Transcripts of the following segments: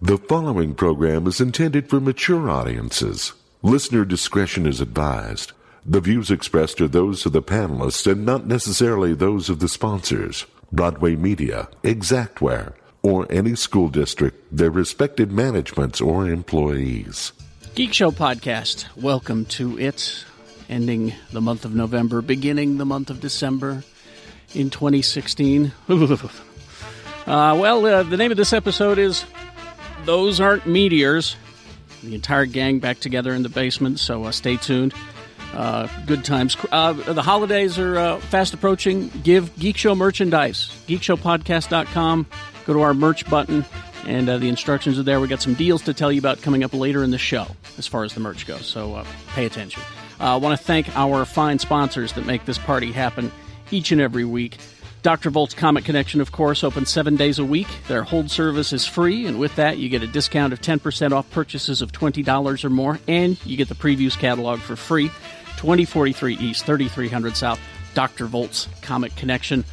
The following program is intended for mature audiences. Listener discretion is advised. The views expressed are those of the panelists and not necessarily those of the sponsors, Broadway Media, Exactware, or any school district, their respective managements or employees. Geek Show Podcast, welcome to it. Ending the month of November, beginning the month of December in 2016. uh, well, uh, the name of this episode is Those Aren't Meteors. The entire gang back together in the basement, so uh, stay tuned. Uh, good times. Uh, the holidays are uh, fast approaching. Give Geek Show merchandise, geekshowpodcast.com. Go to our merch button, and uh, the instructions are there. We got some deals to tell you about coming up later in the show as far as the merch goes, so uh, pay attention. Uh, I want to thank our fine sponsors that make this party happen each and every week. Dr. Volt's Comic Connection, of course, open seven days a week. Their hold service is free, and with that, you get a discount of 10% off purchases of $20 or more, and you get the previews catalog for free. 2043 East, 3300 South, Dr. Volt's Comic Connection.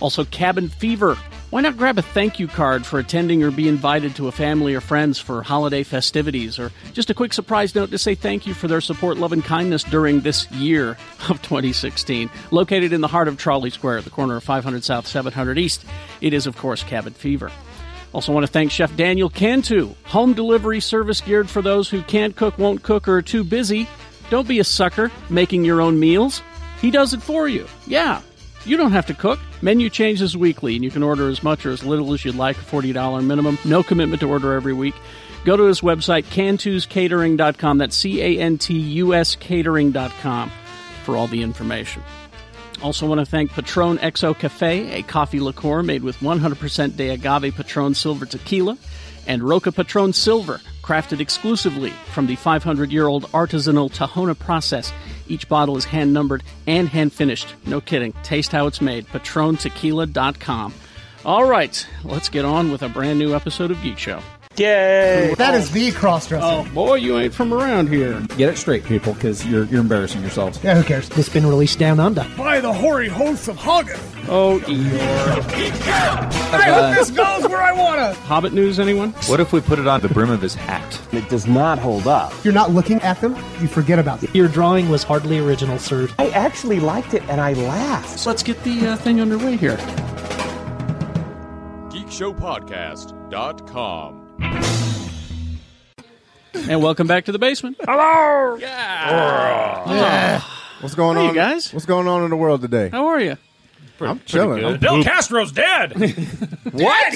Also, Cabin Fever. Why not grab a thank you card for attending or be invited to a family or friends for holiday festivities, or just a quick surprise note to say thank you for their support, love, and kindness during this year of 2016? Located in the heart of Trolley Square, at the corner of 500 South, 700 East, it is, of course, Cabin Fever. Also, want to thank Chef Daniel Cantu, home delivery service geared for those who can't cook, won't cook, or are too busy. Don't be a sucker making your own meals. He does it for you. Yeah, you don't have to cook. Menu changes weekly, and you can order as much or as little as you'd like, $40 minimum. No commitment to order every week. Go to his website, cantuscatering.com. That's C A N T U S catering.com for all the information. Also, want to thank Patron XO Cafe, a coffee liqueur made with 100% de agave Patron Silver tequila, and Roca Patron Silver, crafted exclusively from the 500 year old artisanal Tahona process. Each bottle is hand numbered and hand finished. No kidding. Taste how it's made. PatronTequila.com. All right, let's get on with a brand new episode of Geek Show. Yay! That is the crossdresser. boy, you ain't from around here. Get it straight, people, because you're you're embarrassing yourselves. Yeah, who cares? It's been released down under. By the hoary hosts of Hagen, Oh, Eeyore. I hope this goes where I wanna. Hobbit news, anyone? What if we put it on the brim of his hat? It does not hold up. If you're not looking at them, you forget about them. Your drawing was hardly original, sir. I actually liked it and I laughed. Let's get the uh, thing underway here. geekshowpodcast.com. And welcome back to the basement. Hello. Yeah. What's going Hey, on, you guys. What's going on in the world today? How are you? I'm chilling. I'm- Bill Castro's dead. What?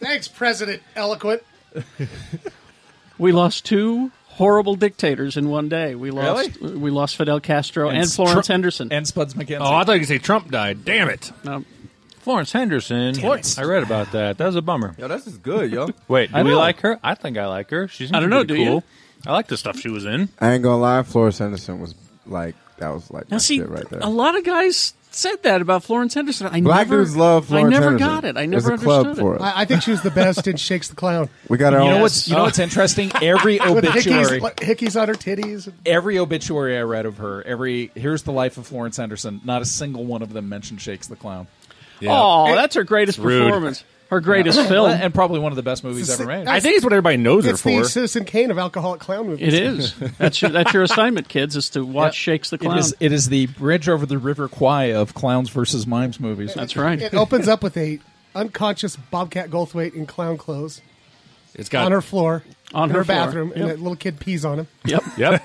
Thanks, President Eloquent. We lost two horrible dictators in one day. We lost we lost Fidel Castro and, Florence Tru- Henderson. And Spuds McKenzie. Oh, I thought you could say Trump died. Damn it. No. Florence Henderson. I read about that. That was a bummer. yo, Oh, this is good, yo. Wait, do I we know. like her? I think I like her. She's I don't know, do cool. I like the stuff she was in. I ain't gonna lie, Florence Henderson was like that was like now my see, shit right there. a lot of guys said that about Florence Henderson. I Black never, dudes love Florence I never Henderson. got it. I never There's a understood club it. for us. I, I think she was the best in Shakes the Clown. We got our you own. know what's you know what's interesting? Every With hickeys, obituary, like, hickeys on her titties. and- every obituary I read of her, every here's the life of Florence Henderson. Not a single one of them mentioned Shakes the Clown, Oh, that's her greatest rude. performance. Her greatest film. and probably one of the best movies ever made. I think it's what everybody knows her It's the for. Citizen Kane of alcoholic clown It movies. is. That's your, that's your assignment, kids, is to watch Shakes the Clown. It is, it is the bridge over the River Kwai of clowns versus mimes movies. that's right. It opens up with a unconscious Bobcat Goldthwait in clown clothes It's got on her floor, On in her her, floor. bathroom, and Yep. a little kid pees on him. yep. Yep.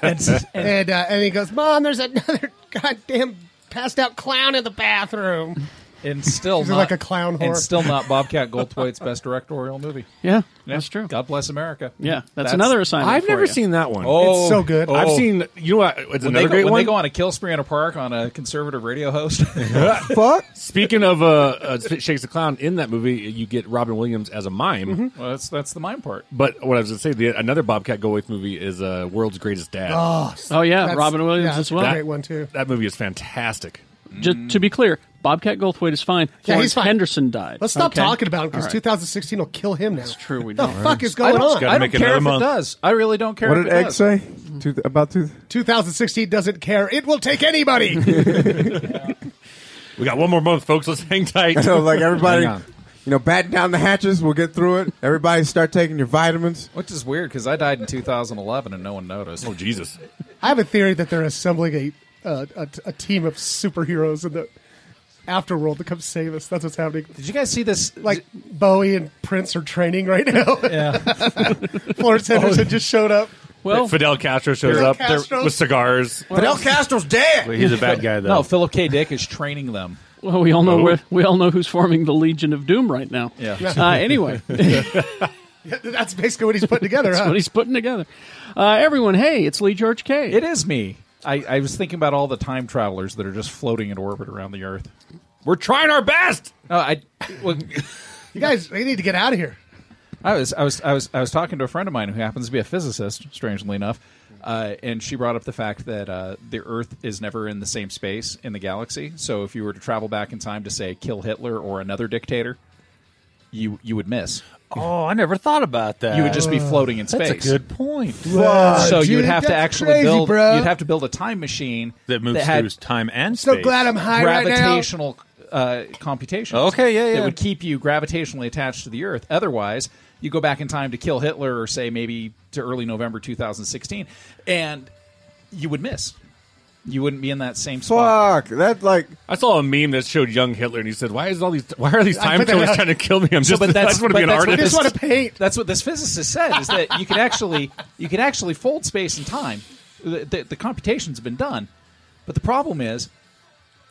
And uh, and he goes, "Mom, there's another goddamn passed out clown in the bathroom." and still She's not, like a clown and whore. still not Bobcat Goldthwait's best directorial movie. Yeah. That's true. God bless America. Yeah. That's, another assignment. I've for never you. seen that one. Oh, It's so good. oh. I've seen, you know what? It's when, another they go, great when one. they go on a kill spree in a park on a conservative radio host. fuck? Speaking of uh, uh, Shakes the Clown, in that movie, you get Robin Williams as a mime. well, that's that's the mime part. But what I was going to say, the, another Bobcat Go With movie is uh, World's Greatest Dad. Oh, yeah. That's- Robin Williams yeah, as well. that's a great one too. That movie is fantastic. Just to be clear, Bobcat Goldthwait is fine. Yeah, he's Florence fine. Henderson died. Let's stop Okay. talking about him because All right. 2016 will kill him now. That's true, we the don't. fuck is going on? gotta I make don't care another if month. it does. I really don't care. What if did it Egg does. say? Mm. Tooth, about tooth. 2016 doesn't care. It will take anybody. We got one more month, folks. Let's hang tight. Oh, So like everybody, Hang on. You know, batten down the hatches. We'll get through it. Everybody, start taking your vitamins. Which is weird because I died in 2011 and no one noticed. Oh Jesus! I have a theory that they're assembling a uh, a, a team of superheroes in the afterworld to come save us. That's what's happening. Did you guys see this? Like Bowie and Prince are training right now. Yeah. Florence Henderson just showed up. Well, Fidel Castro shows Oh. Fidel up there Castro? with cigars. Fidel Castro's dead. He's a bad guy though. no, Philip K. Dick is training them. well, we all know Oh. where, we all know who's forming the Legion of Doom right now. Yeah. Uh, anyway, That's basically what he's putting together. that's huh? what he's putting together. Uh, everyone, hey, it's Lee George K. It is me. I, I was thinking about all the time travelers that are just floating in orbit around the Earth. We're trying our best. No, I, well, You guys, they need to get out of here. I was I was I was I was talking to a friend of mine who happens to be a physicist, strangely enough, uh, and she brought up the fact that uh, the Earth is never in the same space in the galaxy. So if you were to travel back in time to say kill Hitler or another dictator, you you would miss. Oh, I never thought about that. You would just be floating in space. That's a good point. so Uh, Dude, you would have to that's actually crazy, build. bro. You'd have to build a time machine That moves had through time and So space. glad I'm high right now. gravitational uh, computations. Okay, yeah, That yeah. would keep you gravitationally attached to the Earth. Otherwise, you go back in time to kill Hitler, or say maybe to early November 2016, and you would miss. You wouldn't be in that same spot. Fuck. That like I saw a meme that showed young Hitler, and he said, "Why is all these? Why are these time put that killers out. trying to kill me? I'm just, but I that's- just want to but be an that's what artist." this- Just want to paint. That's what this physicist said: is that you can actually you can actually fold space and time. The, the, the computation's been done, but the problem is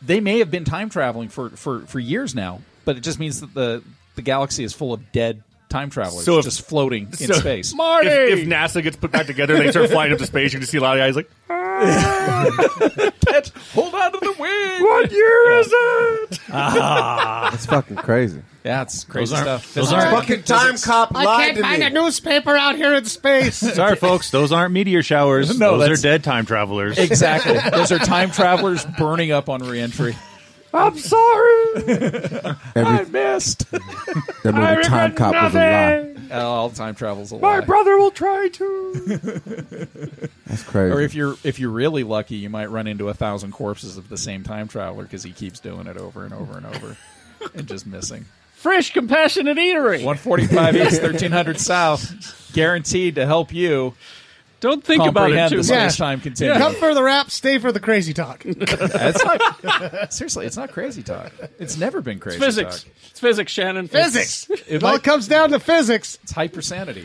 they may have been time traveling for, for, for years now, but it just means that the the galaxy is full of dead time travelers So if- just floating in So- space. Marty! If, if NASA gets put back together, and they start flying up to space. You can see a lot of guys like, Catch- hold on to the wing. "What year is it?" that's fucking crazy. Yeah, it's crazy Those aren't- stuff. those Physics- aren't- Fucking time cop I lied can't to find me. a newspaper out here in space. Sorry, folks. Those aren't meteor showers. No, those that's- are dead time travelers. exactly. Those are time travelers burning up on reentry. I'm sorry. Every, missed. that movie Time Cop was a lie. All time travel's a My lie. brother will try to. That's Or crazy. if you're if you're really lucky, you might run into a thousand corpses of the same time traveler because he keeps doing it over and over and over, and just missing. Fresh, compassionate eatery. One forty five east, thirteen hundred south, guaranteed to help you Don't think about it comprehend too the much. space time continuum. Come for the rap, stay for the crazy talk. It's not seriously. It's not crazy talk. It's never been crazy. Physics. Talk. It's physics, Shannon. physics. It It all might- comes down to physics. It's hypersanity.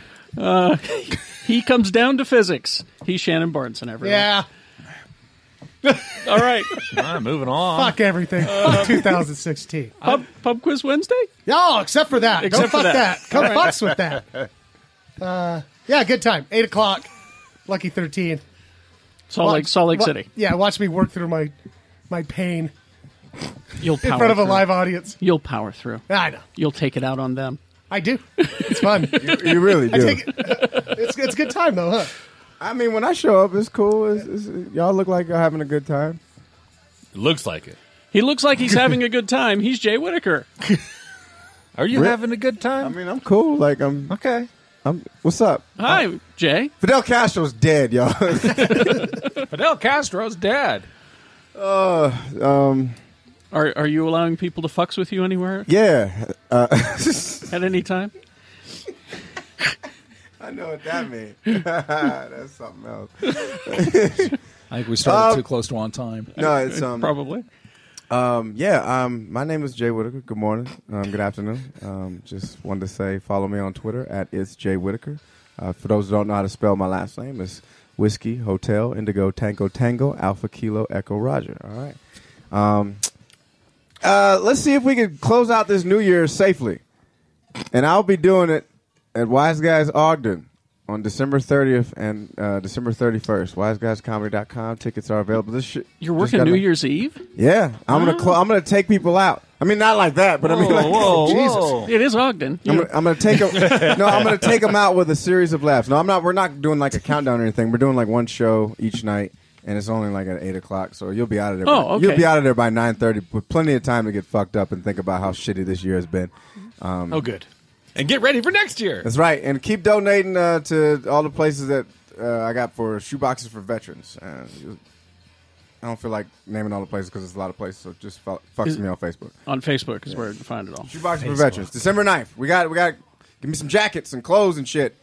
He comes down to physics. He's Shannon Barneson, everyone. Yeah. All right. Ah, moving on. Fuck everything. Fuck 2016. Pub, pub quiz Wednesday? No, except for that. Except Don't for fuck that. that. Come fucks with that. Uh, yeah, good time. 8 o'clock. Lucky 13. Salt Lake, Salt Lake Wa- City. Yeah, watch me work through my my pain You'll in power front of a through. live audience. You'll power through. I know. You'll take it out on them. I do. It's fun. you really do. I, Take it. It's, it's good time, though, huh? mean, when I show up, it's cool. It's, it's, y'all look like y'all having a good time. Looks like it. He looks like he's having a good time. He's Jay Whitaker. Are you Rip- having a good time? I mean, I'm cool. Like I'm. okay. I'm. What's up? Hi, Jay. Fidel Castro's dead, y'all. Fidel Castro's dead. Are, are you allowing people to fucks with you anywhere yeah, at any time? I know what that means. That's something else. I think we started too close to on time. No, it's um. Probably. Um, yeah, um, my name is Jay Whitaker. Good morning. Um, good afternoon. Um, just wanted to say follow me on Twitter at it's Jay Whitaker. Uh, for those who don't know how to spell my last name, it's Whiskey Hotel Indigo Tango Tango Alpha Kilo Echo Roger. All right. Um, uh, let's see if we can close out this New Year safely, and I'll be doing it at Wise Guys Ogden on December 30th and uh, December 31st. WiseGuysComedy.com tickets are available. This shit You're just working gotta New make- Year's Eve? yeah, I'm gonna cl- I'm gonna take people out. I mean, not like that, but I mean, like, Jesus. It is Ogden. I'm gonna, I'm gonna take them. no, I'm gonna take 'em out with a series of laughs. No, I'm not. We're not doing like a countdown or anything. We're doing like one show each night, and it's only like at eight o'clock. So you'll be out of there. Oh, okay. You'll be out of there by nine thirty, with plenty of time to get fucked up and think about how shitty this year has been. Oh, good. And get ready for next year. That's right. And keep donating uh, to all the places that uh, I got for shoeboxes for veterans. Uh, I don't feel like naming all the places because it's a lot of places. So just fo- fucks Is- me on Facebook. On Facebook is where you can find it all. Shoebox for veterans, December 9th. We got we got. Give me some jackets and clothes and shit.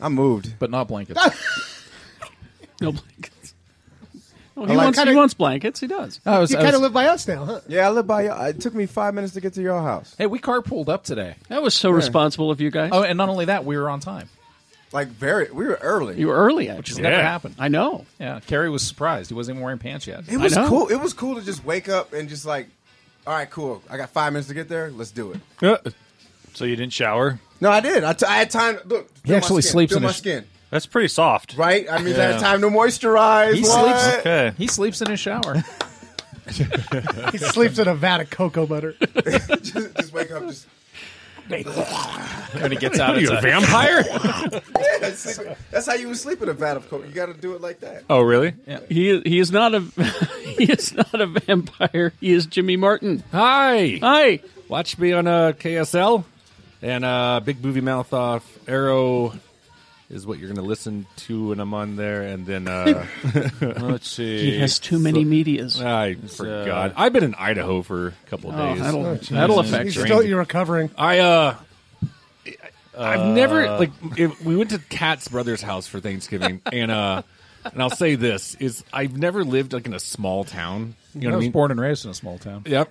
I'm moved, but not blankets. No blankets. Oh, I he, like- wants, kinda- he wants blankets. He does. was- I was- live by us now, huh? Yeah, I live by. y- It took me five minutes to get to your house. Hey, we carpooled up today. That was so Yeah. responsible of you guys. Oh, and not only that, we were on time. Like very, we were early. You were early, actually. which has never happened. I know. Yeah, Carrie was surprised. He wasn't even wearing pants yet. It was cool. It was cool to just wake up and just like, all right, cool. I got five minutes to get there. Let's do it. So you didn't shower? No, I did. I, t- I had time. Look, feel my actually skin, sleeps feel in my his- skin. That's pretty soft. Right? I mean, I Yeah. had time to moisturize. He What? sleeps. Okay. He sleeps in his shower. He sleeps in a vat of cocoa butter. just, just wake up. Just When he gets What out, are it's you, a vampire? yeah, sleep- that's how you would sleep in a vat of coke. You got to do it like that. oh, really? He he is not a he is not a vampire. He is Jimmy Martin. Hi. Hi. Watch me on uh, KSL and uh, Big Movie Mouth off Arrow is what you're going to listen to when I'm on there. And then uh, let's see. He has too many medias. I forgot. I've been in Idaho for a couple Oh, days. that'll that'll affect He's you. still you're recovering. I uh I've never like if, we went to Cat's brother's house for Thanksgiving and uh and I'll say this is I've never lived like in a small town. You know I what I was mean? born and raised in a small town. Yep.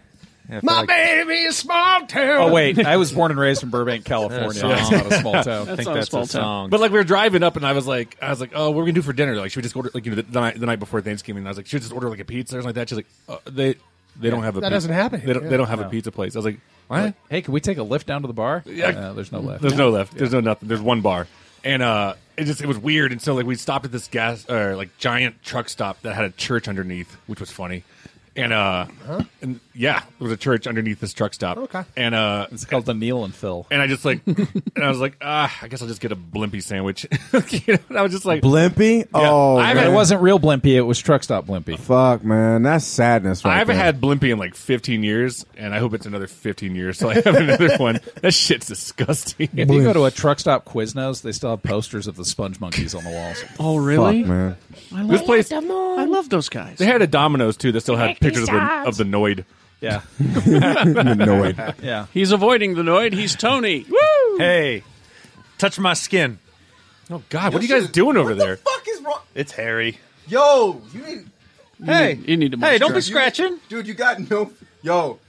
My baby is small town. Oh wait, I was born and raised in Burbank, California. It's That's not a small town. I think not a that's small a town. song. But like we were driving up, and I was like, I was like, oh, what are we gonna do for dinner? Like, should we just order like you know the, the night the night before Thanksgiving? And I was like, should we just order like a pizza or something like that? She's like, uh, they they don't have a that pizza. doesn't happen They don't, here, they don't have a pizza place. I was like, what? Hey, can we take a lift down to the bar? Yeah, there's no lift. There's no left. There's no nothing. There's one bar, and uh, it just it was weird. And so like we stopped at this gas or like giant truck stop that had a church underneath, which was funny. And uh, and yeah, there was a church underneath this truck stop. Okay. and uh, It's called the Neil and Phil. and I just like, and I was like, ah, I guess I'll just get a blimpy sandwich. you know? And I was just like, Blimpy? Oh, I haven't- It man. wasn't real Blimpy. It was truck stop Blimpy. Fuck, man. That's sadness right I haven't there. had blimpy in like 15 years, and I hope it's another 15 years. So I have another one. That shit's disgusting. If you go to a truck stop Quiznos, they still have posters of the Sponge Monkeys on the walls. Oh really? Fuck, man. I love, this place, I love those guys. they had a Domino's too that still had pictures of the, of the Noid. Yeah, no way. yeah. He's avoiding the Noid. He's Tony. Hey, touch my skin. Oh God, what are you guys doing over What there? the fuck is wrong? It's hairy. Yo, you need, Hey, you need to. Hey, don't be scratching, dude. You got no. Yo,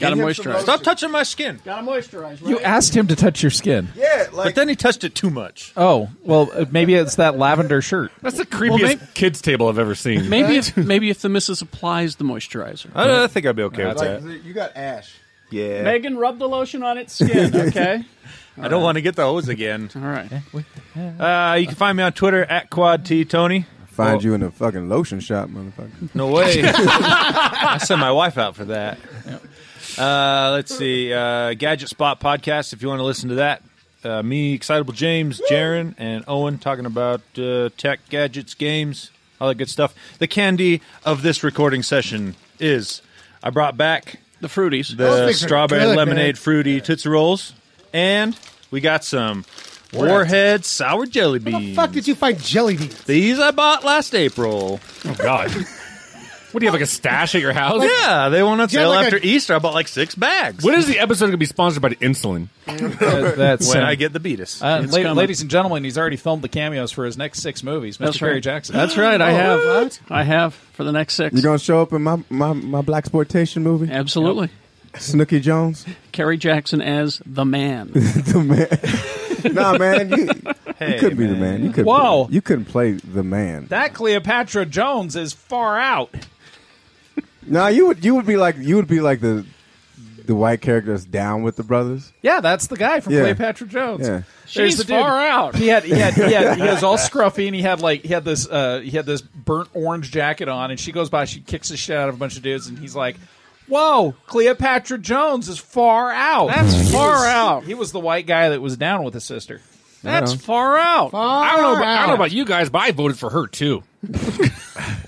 Got to Get him some moisturize. lotion. Stop touching my skin. Got to moisturize. You asked him to touch your skin. yeah, like he touched it too much. Oh, well, uh, maybe it's that lavender shirt. That's the creepiest maybe- kids table I've ever seen. Maybe if maybe if the missus applies the moisturizer. I, don't, I think I'd be okay with like you got ash. Yeah, Megan, rub the lotion on its skin. Okay. I don't want to get the hose again. All right. Uh, you can find me on Twitter at Quad T Tony. Find you in a fucking lotion shop, motherfucker. No way. I sent my wife out for that. Uh, let's see. Uh, Gadget Spot podcast, if you want to listen to that. Uh, me, Excitable James, Jaron, and Owen talking about uh, tech, gadgets, games, all that good stuff. The candy of this recording session is I brought back The fruities. the things are strawberry good, man. lemonade fruity Tootsie Rolls, and we got some Warhead sour jelly Where the beans. fuck did you find jelly beans? These I bought last April. Oh God. What do you have like a stash at your house? yeah, they went on Oh, you have sale like after a- Easter. I bought like six bags When is the episode going to be sponsored by insulin? That- that's when him. I get the beatus. Uh, It's la- coming. ladies and gentlemen, he's already filmed the cameos for his next six movies. Mr. That's Perry right. Jackson. That's right. Oh, I have. I have for the next six. You gonna show up in my my my black exploitation movie, Absolutely. Snooky Jones? Kerry Jackson as the man. the man. nah, man, you, Hey, you couldn't be the man. You couldn't. Whoa. you couldn't play the man. that Cleopatra Jones is far out. nah, you would you would be like you would be like the the white character that's down with the brothers. Yeah, that's the guy from Yeah. Cleopatra Jones. Yeah. There's She's the dude. far out. He had he had, he had he was all scruffy and he had like he had this uh, he had this burnt orange jacket on and she goes by she kicks the shit out of a bunch of dudes and he's like, "Whoa, Cleopatra Jones is far out. That's far out. He was the white guy that was down with his sister. That's far out. I don't know. About, I don't know about you guys, but I voted for her too.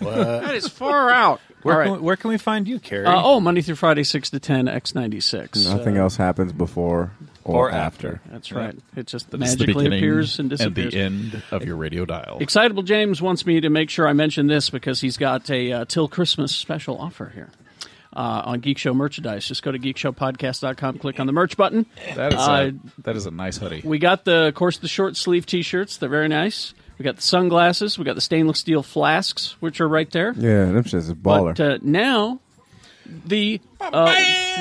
That is far out. where, All can right. we, where can we find you, Carrie? Uh, oh, Monday through Friday, six to ten, X ninety six. Nothing else happens before or, after. That's right. It just This is magically beginning appears and disappears. And the end of your radio dial. Excitable James wants me to make sure I mention this because he's got a uh, till Christmas special offer here. Uh, on Geek Show merchandise, just go to geekshowpodcast.com, click on the merch button. That is Uh, a, that is a nice hoodie. We got the, of course, the short sleeve T-shirts. They're very nice. We got the sunglasses. We got the stainless steel flasks, which are right there. Yeah, them shits is baller. But uh, now, the uh,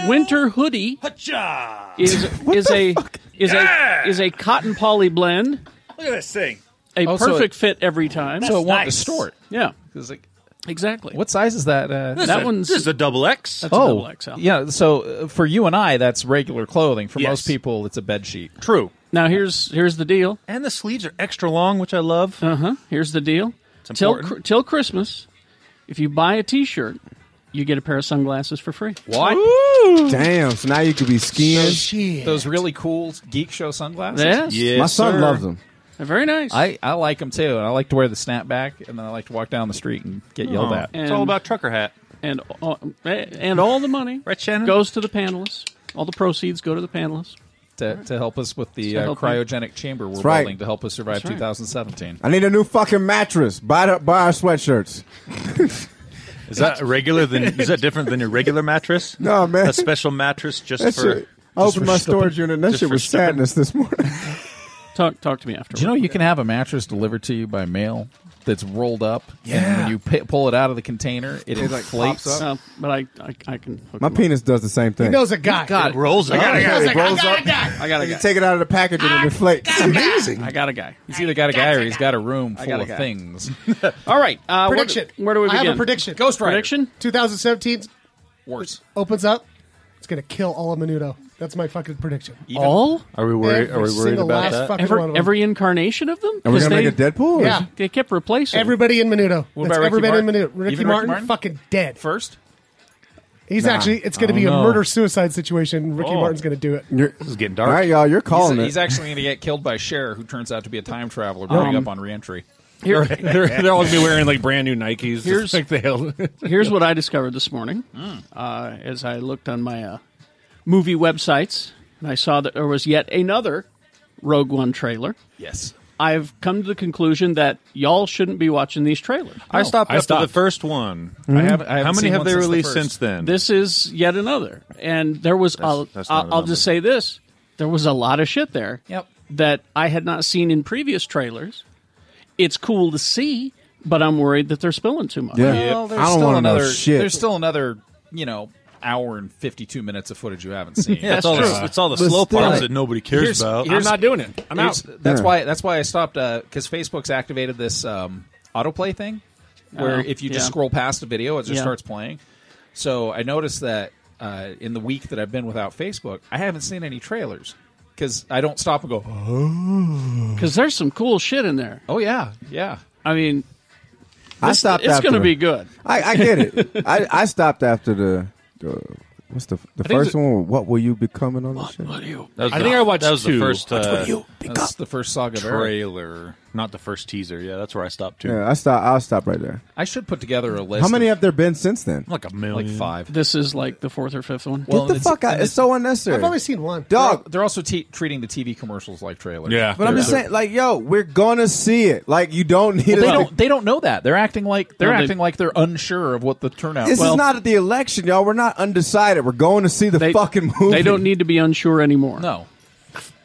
winter hoodie is is a is a is a cotton poly blend. Look at this thing. A Oh, so perfect it- fit every time. So it won't That's nice. distort. Yeah. exactly. What size is that? Uh, This that is- one's this is a double X. That's a double XL. Oh, yeah. So uh, for you and I, that's regular clothing. For Yes. most people, it's a bed sheet. True. Now here's here's the deal. And the sleeves are extra long, which I love. Uh huh. Here's the deal. It's Till important. cr- till Christmas, if you buy a T-shirt, you get a pair of sunglasses for free. What? Damn! So now you could be skiing. Those really cool geek show sunglasses. Yes. Yes, My son sir. loves them. They're very nice. I, I like them too. And I like to wear the snapback, and then I like to walk down the street and get yelled at. And- And uh, and all the money right, Shannon? goes to the panelists. All the proceeds go to the panelists. to, to help us with the To uh, help you. cryogenic chamber we're That's right. building to help us survive That's right. 2017. I need a new fucking mattress. Buy the, buy our sweatshirts. Is that regular? Than is that different than your regular mattress? No, man. A special mattress just That for. shit- I opened my storage unit. and That shit was sadness this morning. Talk talk to me after. Do you know you can have a mattress delivered to you by mail that's rolled up? And Yeah. when you pi pull it out of the container, it, It, like, inflates. pops Uh, but I, I I can. hook My them up. penis does the same thing. God, rolls up. I got a guy. It rolls got up. a guy. I got a You guy. can take it out of the package and it inflates. It's amazing. I got a guy. He's either got a guy or he's got a room I full got a of guy. things. All right. Uh, where do- prediction. Where do we I begin? have a prediction. Ghost Rider. Prediction? 2017 worse opens up. It's gonna kill all of Menudo. That's my fucking prediction. All? Are we worried? Are Every we worried single about last that? fucking one of Every, them. every incarnation of them? Are we 'Cause gonna they- make a Deadpool? Yeah. They kept replacing Everybody in Menudo. What That's about Ricky everybody in Menudo. Martin? Ricky, Even Ricky Martin, Martin? fucking dead. First? He's Nah, actually. It's I going to Oh, don't be a know. murder suicide situation. Ricky Oh. Martin's going to do it. this is getting dark. All right, y'all, you're calling he's, it. He's actually going to get killed by Cher, who turns out to be a time traveler bringing Um, up on reentry. Here- they're, they're all gonna be wearing like brand new Nikes. Here's- Here's like the hell. Here's what I discovered this morning uh, as I looked on my uh, movie websites and I saw that there was yet another Rogue One trailer. Yes. I've come to the conclusion that y'all shouldn't be watching these trailers. Oh, I stopped after the first one. I haven't- I How haven't many seen have one they since the released first. since then? This is yet another. And there was, I'll, that's not I'll, a I'll just say this there was a lot of shit there Yep. that I had not seen in previous trailers. It's cool to see, but I'm worried that they're spilling too much. Well, there's still another, There's still another, you know, hour and 52 minutes of footage you haven't seen. Yeah, it's all the- it's all the But slow still- parts that nobody cares about. I'm not doing it. I'm here's- out. That's Yeah. why that's why I stopped because Facebook's activated this um, autoplay thing where Oh, if you just yeah. scroll past a video, it just Yeah. starts playing. So I noticed that uh, in the week that I've been without Facebook, I haven't seen any trailers because I don't stop and go, oh. Because there's some cool shit in there. Oh, yeah. Yeah. I mean, I this- stopped. It's after going to be the- good. I, I get it. I, I stopped after the, the what's the the I think first the- one? What will you becoming on the show? That was I the- think I watched that was two. the first. What Uh, will you that's the first saga of Eric. trailer, not the first teaser. Yeah, that's where I stopped too. Yeah, I stop. I'll stop right there. I should put together a list. How many of- have there been since then? Like a million. Like five. This is like the fourth or fifth one. Get the fuck out! It's so unnecessary. seen one. Dog. They're, they're also te- treating the TV commercials like trailers. but I'm just They're- saying, like, yo, we're gonna see it. Like, you don't Well, need. us they to- don't. They don't know that. They're acting like they're No, they- acting like they're unsure of what the turnout. This is not at the election, y'all. We're not undecided. We're going to see the fucking movie. They don't need to be unsure anymore. No.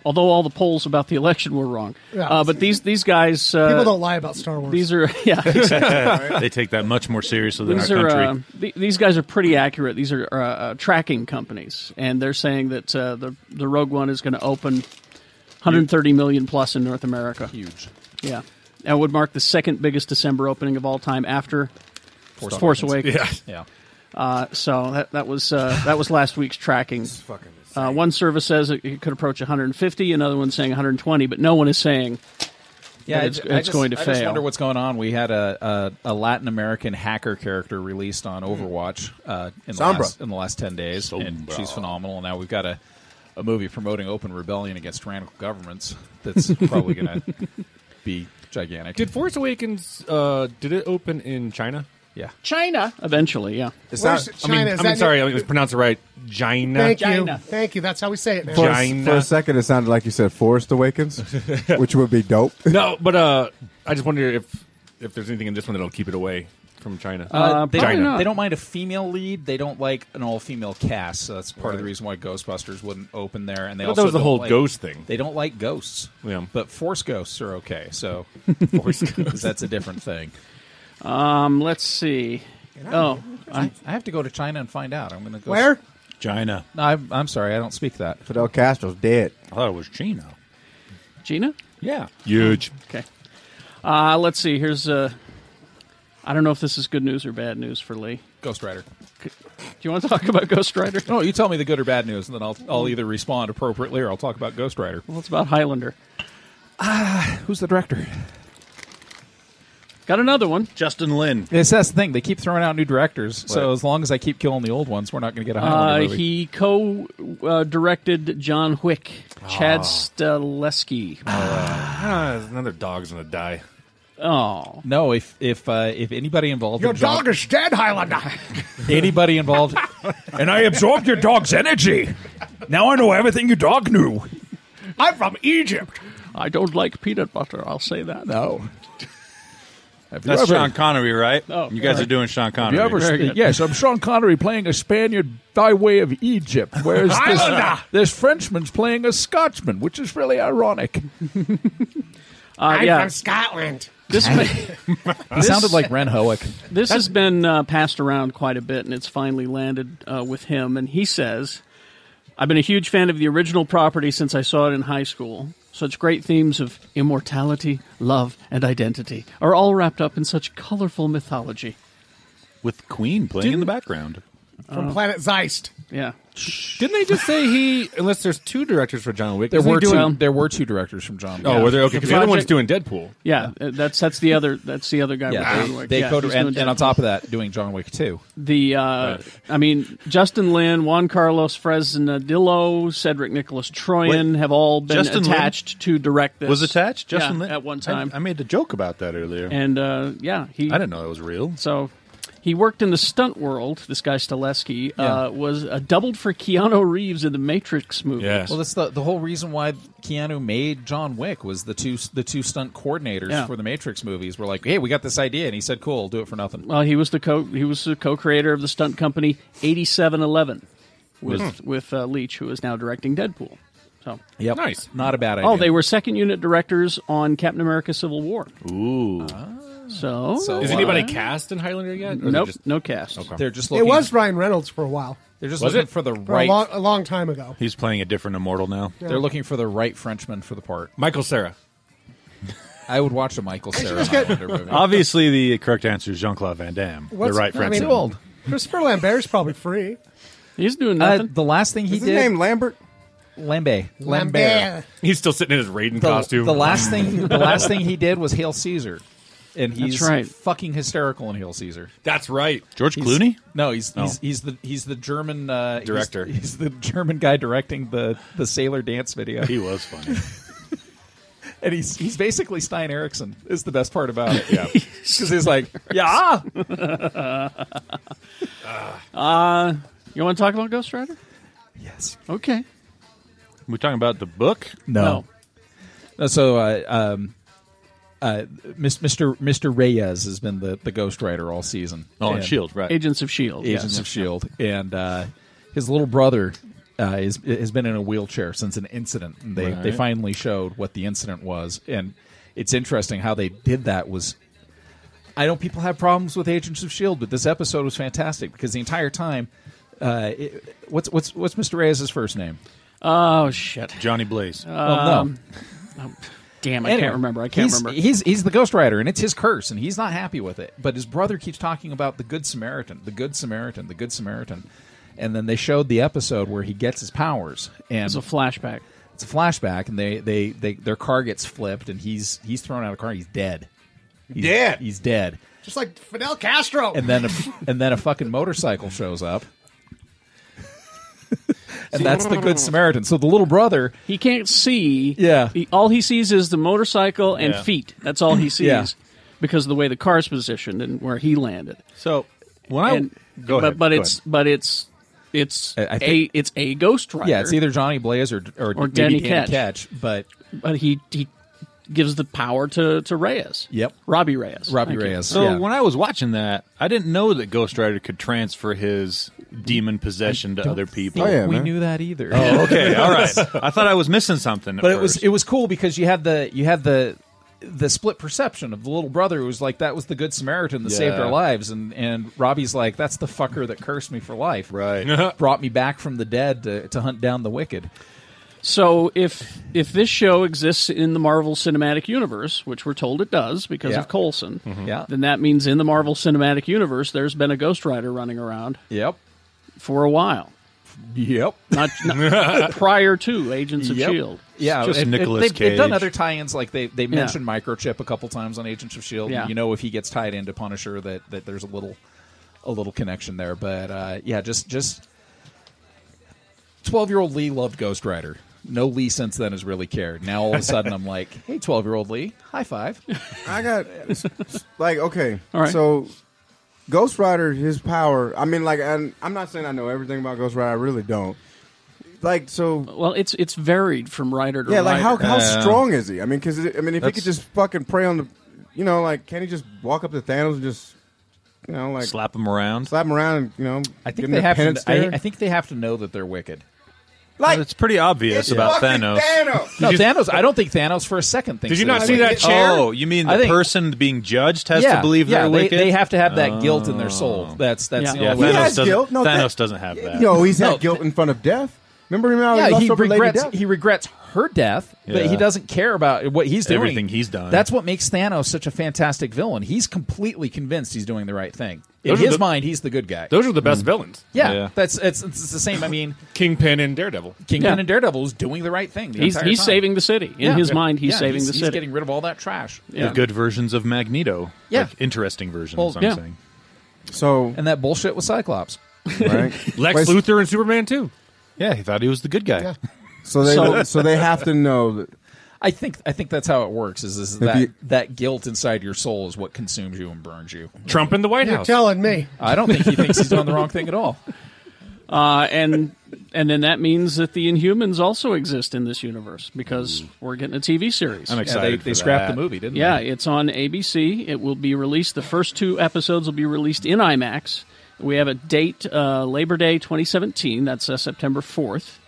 Although all the polls about the election were wrong, uh, but these these guys uh, People don't lie about Star Wars. These are yeah, exactly. they take that much more seriously than These our are country. uh, th- these guys are pretty accurate. These are uh, uh, tracking companies, and they're saying that uh, the the Rogue One is going to open 130 million plus in North America. Huge. Yeah, that would mark the second biggest December opening of all time after Force, Force Awakens. Awakens. Yeah. Uh, so that that was uh, that was last week's tracking. Uh, one service says it, it could approach 150. Another one's saying 120, but no one is saying. Yeah, that I it's, ju- it's I just- going to I fail. just wonder what's going on. We had a a, a Latin American hacker character released on Overwatch uh, in, the Sombra. last, in the last ten days, and she's phenomenal. And Now we've got a a movie promoting open rebellion against tyrannical governments that's probably going to be gigantic. Did Force Awakens? Uh, did it open in China? Yeah, China eventually. Yeah, It's not, I mean, I mean sorry, I mean, it was pronounced right. Gina. Thank you. Thank you. That's how we say it. man. For, a, for a second, it sounded like you said Forest Awakens, which would be dope. no, but uh, I just wonder if if there's anything in this one that'll keep it away from China. Uh, they, China. Don't, they don't mind a female lead. They don't like an all-female cast. So that's part of the reason why Ghostbusters wouldn't open there. And they I thought also that was the don't whole like- ghost thing. They don't like ghosts. Yeah. But force ghosts are okay. So Force ghosts. that's a different thing. Um, let's see. Oh, I, I have to go to China and find out. I'm going to go Where? China. No, I'm, I'm sorry. I don't speak that. Fidel Castro's dead. I thought it was Chino. Gina. Yeah. Huge. Okay. Uh, let's see. Here's Uh, I don't know if this is good news or bad news for Lee. Ghost Rider. Do you want to talk about Ghost Rider? No, you tell me the good or bad news, and then I'll I'll either respond appropriately or I'll talk about Ghost Rider. Well, it's about Highlander. Ah, who's the director? Got another one. Justin Lin. It's that's the thing. They keep throwing out new directors. So What? as long as I keep killing the old ones, we're not going to get a Uh, Highlander movie. he co-directed John Wick. Chad Ah. Stahelski. Ah, there's another dog's gonna die. Oh no! If if uh, if anybody involved, Your in John- dog is dead, Highlander. anybody involved, and I absorbed your dog's energy. Now I know everything your dog knew. I'm from Egypt. I don't like peanut butter. I'll say that. No. Have That's Sean Connery, right? you guys right. are doing Sean Have Connery. you ever- yes, I'm Sean Connery playing a Spaniard by way of Egypt, whereas this, Islander! this Frenchman's playing a Scotsman, which is really ironic. Uh, yeah. Scotland. This may- He sounded like Ren Hoek. This has been uh, passed around quite a bit, and it's finally landed uh, with him. And he says, "I've been a huge fan of the original property since I saw it in high school. Such great themes of immortality, love, and identity are all wrapped up in such colorful mythology." With Queen playing in the background. From Uh, Planet Zeist. Yeah. Didn't they just say he? Unless there's two directors for John Wick. There isn't he were two. doing- there were two directors from John. Oh, Wick. were there? Okay, 'cause the other one's doing Deadpool. Yeah, uh, that's that's the other that's the other guy. Yeah, with they, John Wick. they Yeah, co- he's and, doing and on top of that, doing John Wick too. The uh, I mean, Justin Lin, Juan Carlos Fresnadillo, Cedric Nicholas Troyan Wait, have all been Justin Lin attached to direct this. Was attached? Yeah, Justin Lin? at one I- time, I, made a joke about that earlier. and uh, yeah, he. I didn't know that was real. So he worked in the stunt world. This guy Stileski Yeah. uh, was uh, doubled for Keanu Reeves in the Matrix movie. Well, that's the the whole reason why Keanu made John Wick was the two the two stunt coordinators Yeah. for the Matrix movies were like, "Hey, we got this idea," and he said, "Cool, I'll do it for nothing." Well, he was the co he was the co-creator of the stunt company 8711 with Hmm. with uh, Leach, who is now directing Deadpool. So Yep. Nice. Not a bad idea. Oh, they were second unit directors on Captain America: Civil War. Ooh. So, So, uh, Is anybody cast in Highlander yet? Or they're Nope, just- no cast. They're just It was Ryan Reynolds for a while. They're just Was looking it? for the For right. a, long, a long time ago. He's playing a different immortal now. Yeah. They're looking for the right Frenchman for the part. Michael Sarah. I would watch a Michael Sarah just get- Highlander movie. Obviously, the correct answer is Jean Claude Van Damme. What's- the right I mean, Frenchman. Christopher Lambert's probably free. He's doing nothing. Uh, the last thing he Is his did. name Lambert? Lambert. Lambert. He's still sitting in his Raiden The, costume. the last thing. The last thing he did was Hail Caesar, and he's That's right. fucking hysterical in Hail Caesar. That's right. George He's- Clooney? No, he's No. he's, he's the he's the German uh, he's- Director. He's, the German guy directing the the sailor dance video. He was funny. and he's he's basically Stein Erickson. Is the best part about it. Yeah, because he's like, yeah. uh, you want to talk about Ghost Rider? Yes. Okay. We're talking about the book? No. No, so, uh, um, uh, Mis- Mr. Mr. Reyes has been the, the Ghost Rider all season. Oh, and S.H.I.E.L.D., right. Agents of S.H.I.E.L.D., Agents E yes. of Shield, E and uh, his little brother uh, is has been in a wheelchair since an incident. And they Right. they finally showed what the incident was, and it's interesting how they did that. Was I know people have problems with Agents of Shield, E but this episode was fantastic because the entire time, uh, it, what's what's what's Mr. Reyes' first name? Oh shit, Johnny Blaze. well, no. Um, oh, damn, I Anyway, can't remember. I can't he's, e- remember. He's he's the Ghost Rider, and it's his curse, and he's not happy with it. But his brother keeps talking about the Good Samaritan, the Good Samaritan, the Good Samaritan, and then they showed the episode where he gets his powers. And it's a flashback. It's a flashback, and they they, they their car gets flipped, and he's he's thrown out of the car. He's dead. He's, Dead. He's dead. Just like Fidel Castro. And then a, and then a fucking motorcycle shows up. And that's the Good Samaritan. So the little brother, he can't see. Yeah, He- all he sees is the motorcycle and Yeah. feet. That's all he sees Yeah. because of the way the car's positioned and where he landed. Oh, So when I And- go but, ahead, but go it's but it's It's I- I think- a it's a Ghost Rider. Yeah, it's either Johnny Blaze or or, or maybe Danny, Danny Ketch. Ketch, but but he he gives the power to to Reyes. Yep. Robbie Reyes. Thank you. Oh, So when I was watching that, I didn't know that Ghost Rider could transfer his demon possession to don't other people. think Oh, yeah, we man. knew that either. Oh, okay, all right. I thought I was missing something. at but it was first. it was cool because you had the you had the the split perception of the little brother who was like that was the good Samaritan that saved Yeah. our lives and and Robbie's like that's the fucker that cursed me for life right brought me back from the dead to, to hunt down the wicked So if if this show exists in the Marvel Cinematic Universe, which we're told it does because Yeah. of Colson, Mm-hmm. Mhm. Yeah. then that means in the Marvel Cinematic Universe, there's been a Ghost Rider running around. Yep. For a while. Yep. Not, not- prior to Agents of Yep. Shield. yeah it- it- they've, they've done other tie-ins like they they Yeah. mentioned microchip a couple times on Agents of Shield Yeah. and you know if he gets tied into Punisher that that there's a little a little connection there but uh, yeah just just 12 year old Lee loved Ghost Rider. No Lee since then has really cared. Now all of a sudden I'm like, hey, 12 year old Lee, high five. I got like okay. All right. So Ghost Rider, his power. I mean, like, and I'm not saying I know everything about Ghost Rider. I really don't. Like, so well, it's it's varied from rider to yeah. Like, how rider. how strong is he? I mean, because I mean, if he That's- could just fucking prey on the, you know, like, can he just walk up to Thanos and just, you know, like slap him around, slap him around, and you know, I give think him they that have to, penance I, stare? I think they have to know that they're wicked. Like it's pretty obvious it's about fucking Thanos. No, Thanos. I don't think Thanos for a second thinks. Did you they're not see wicked. that chair? Oh, you mean I the think- person being judged has yeah, to believe yeah, they're they, wicked? They have to have that guilt in their soul. That's that's Yeah. the Yeah, only way. Thanos He has doesn't- guilt. No, Thanos that- doesn't have that. Yo, he's had guilt in front of death. Remember him? how yeah, lost he over Lady regrets Death? he regrets her death, Yeah. but he doesn't care about what he's doing. Everything he's done. That's what makes Thanos such a fantastic villain. He's completely convinced he's doing the right thing. In Those are his the- mind, he's the good guy. Those are the Hmm. best villains. Yeah, that's it's, it's the same. I mean, Kingpin and Daredevil. Kingpin and Daredevil is doing the right thing. the He's- entire he's time. saving the city. In his mind, he's Yeah, saving the He's city. getting rid of all that trash. They're good versions of Magneto. Yeah. Like, interesting versions. Well, I'm yeah. saying. So and that bullshit with Cyclops, right? Lex Luthor and Superman too. Yeah, he thought he was the good guy. So they so they have to know that I think I think that's how it works. Is, is If that you- that guilt inside your soul is what consumes you and burns you. Trump in the White You're House. telling me. I don't think he thinks he's doing the wrong thing at all. Uh, and and then that means that the Inhumans also exist in this universe Mm. because we're getting a TV series. I'm Yeah, excited they- for they scrapped that. the movie, didn't they? Yeah, it's on ABC. It will be released. The first two episodes will be released in IMAX. We have a date, uh, Labor Day 2017. That's uh, September 4th,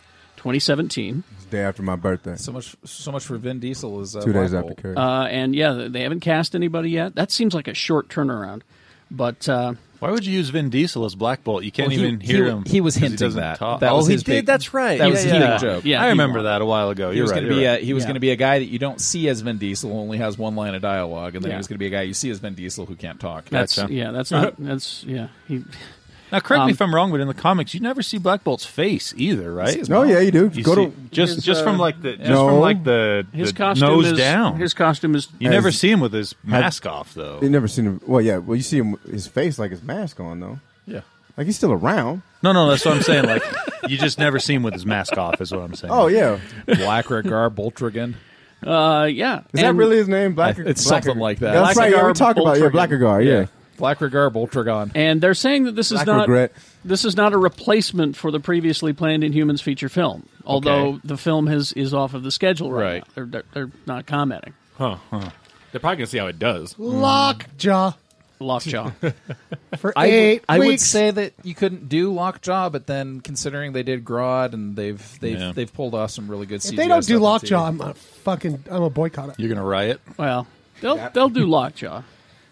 2017. it's the day after my birthday. So much so much for Vin Diesel is uh, Two days Black after Bolt. Carrie. Uh, and yeah, they haven't cast anybody yet. That seems like a short turnaround. But uh, why would you use Vin Diesel as Black Bolt? You can't Well, he- even hear he- him. he was because hinting doesn't that. talk. That oh, was he his did. big- That's right. that yeah, was his yeah. big joke. Yeah, He I remember won. that a while ago. he You're was right. going to be you're a, right. he was going to be a guy that you don't see as Vin Diesel, who only has one line of dialogue, and then Yeah. he was going to be a guy you see as Vin Diesel who can't talk. that's, yeah, that's not, that's, yeah. He, Now, correct Um, me if I'm wrong, but in the comics, you never see Black Bolt's face either, right? his mouth. Oh, yeah, you do. Go to- just His, just uh, from like the just No. from like the, His the costume nose is- down. his costume is- You never As- see him with his mask off though. You never seen him. Well, yeah. Well, you see him his face like his mask on though. Yeah. Like he's still around. No, no, that's what I'm saying. Like you just never see him with his mask off. Is what I'm saying. Oh yeah. Black Regar Boltrigan. Uh, yeah. Is that And- really his name? Black. It's Black- something like that. That's right. Yeah, we Blackagar talked about yeah, Boltrigan. Blackagar. Yeah. Black Regar Boltragon. And they're saying that this is Black not regret. this is not a replacement for the previously planned Inhumans feature film. Although Okay. the film has is off of the schedule right, now. They're, they're they're not commenting. Huh, huh. They're probably going to see how it does. Hmm. Lockjaw. Lockjaw. For I, w- eight I would weeks. say that you couldn't do Lockjaw, but then considering they did Grodd and they've they've Yeah. they've pulled off some really good. If CGI they don't stuff do on Lockjaw, I'm TV. a fucking I'm a boycott it. You're gonna riot. well, they'll they'll do Lockjaw.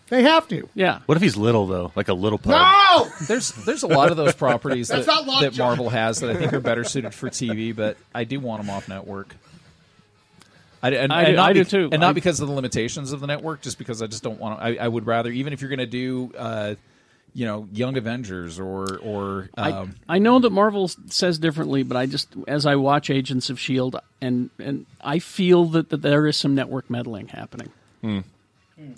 They have to. Yeah. What if he's little though, like a little pug? No! There's there's a lot of those properties that, That's not Lockjaw. that Marvel has that I think are better suited for TV, but I do want them off network. I, and, I and do- not I do bec- too. and not I- because of the limitations of the network, just because I just don't want. To, I, I would rather, even if you're going to do, uh, you know, Young Avengers or or um, I, I know that Marvel s- says differently, but I just as I watch Agents of Shield and and I feel that, that there is some network meddling happening.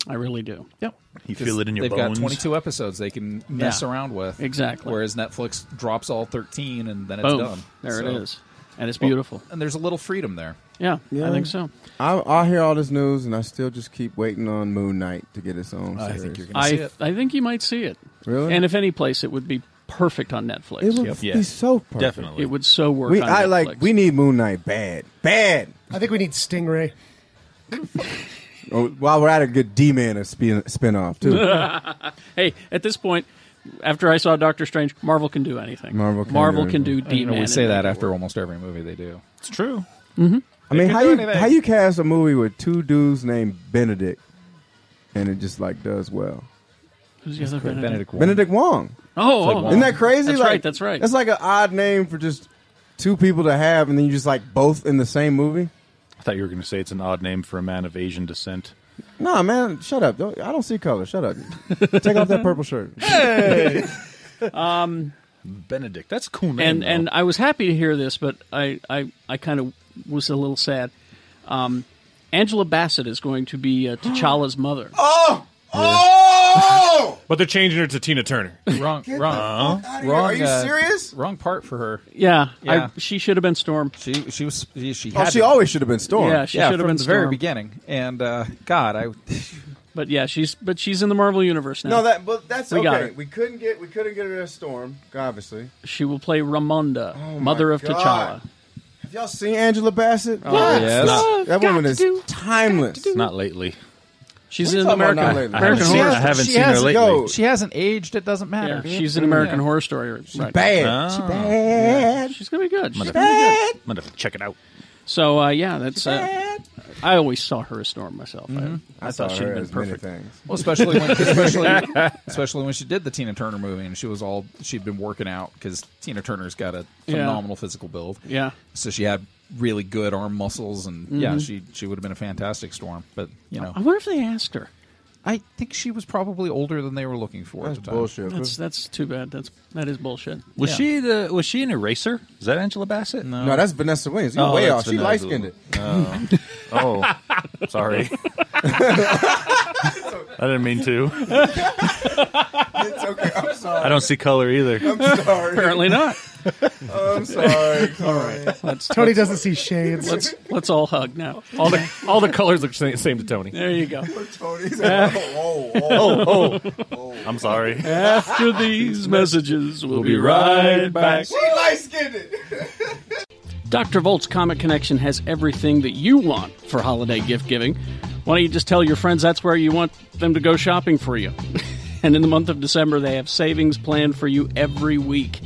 I really do. Yeah. You feel it in your they've bones. got 22 episodes they can mess around with Exactly. Whereas Netflix drops all 13 and then it's Boom. done. There it So- is. And it's Well, beautiful. and there's a little freedom there. Yeah, I think so. I, I hear all this news, and I still just keep waiting on Moon Knight to get its own. I think series. you're gonna I I think you might see it. Really? And if any place, it would be perfect on Netflix. It would be so perfect. It would so work. We, on I Netflix. like. We need Moon Knight bad, bad. I think we need Stingray. Oh, While we're at a good D Man a spin spinoff too. hey, at this point, after I saw Doctor Strange, Marvel can do anything. Marvel can do can do anything. D Man. We say that after almost every movie they do. It's true. Mm-hmm. I mean, how you how you cast a movie with two dudes named Benedict, and it just like does well. Who's the other Benedict, Benedict? Wong. Benedict Wong. Oh, oh, isn't that crazy? That's like, right, that's right. That's like an odd name for just two people to have, and then you just like both in the same movie. I thought you were going to say it's an odd name for a man of Asian descent. Nah, man, shut up. Don't, I don't see color. Shut up. Take off that purple shirt. Hey! um, Benedict. That's a cool name. and though. and I was happy to hear this, but I I, I kind of was a little sad. Um, Angela Bassett is going to be uh, T'Challa's mother. Oh! Oh! but they're changing her to Tina Turner. Wrong, wrong, here. wrong. uh, Are you serious? Wrong part for her. Yeah, Yeah. I, she should have been Storm. She she was she. Oh, had she to- always should have been Storm. Yeah, she should have from been the very Storm. beginning. And uh, God, I But yeah, she's but she's in the Marvel universe now. No, that but that's We okay. got her. We couldn't get we couldn't get her to Storm, obviously. She will play Ramonda, Oh my mother of God. T'Challa. Have y'all seen Angela Bassett? Oh, What? yes. Love that got woman to is do- timeless. Not lately. She's What are in you talking about American, not American lately? I haven't Horror. seen her- I haven't seen her lately. she hasn't aged. It doesn't matter. Yeah, dude. she's an American Yeah. Horror Story. She's bad. She's bad. She's gonna be good. She's Mother- gonna be good. I'm going to check it out. So uh, yeah, that's. Uh, I always saw her as Storm myself. I, I, I thought saw she'd her been as many perfect. things. Well, especially when, especially, especially when she did the Tina Turner movie, and she was all she'd been working out because Tina Turner's got a Yeah. phenomenal physical build. Yeah. so she had really good arm muscles, and yeah, Mhm. she she would have been a fantastic Storm. But you know, I wonder if they asked her. I think she was probably older than they were looking for at the time. That's that's too bad. That's that is bullshit. Was Yeah. she the? Was she an eraser? Is that Angela Bassett? No, that's Vanessa Williams. You're Oh, way that's off. She Vanessa light skinned it. Williams. Oh, Oh. sorry. I didn't mean to. It's okay. I'm sorry. I don't see color either. I'm sorry. Apparently not. I'm sorry. All right. Let's, Tony let's, doesn't see shades. Let's let's all hug now. All the all the colors look the same to Tony. There you go. Tony's Oh, oh. I'm sorry. After these messages, we'll be right back. She light skinned it. Dr. Volt's Comic Connection has everything that you want for holiday gift giving. Why don't you just tell your friends that's where you want them to go shopping for you? and in the month of December, they have savings planned for you every week.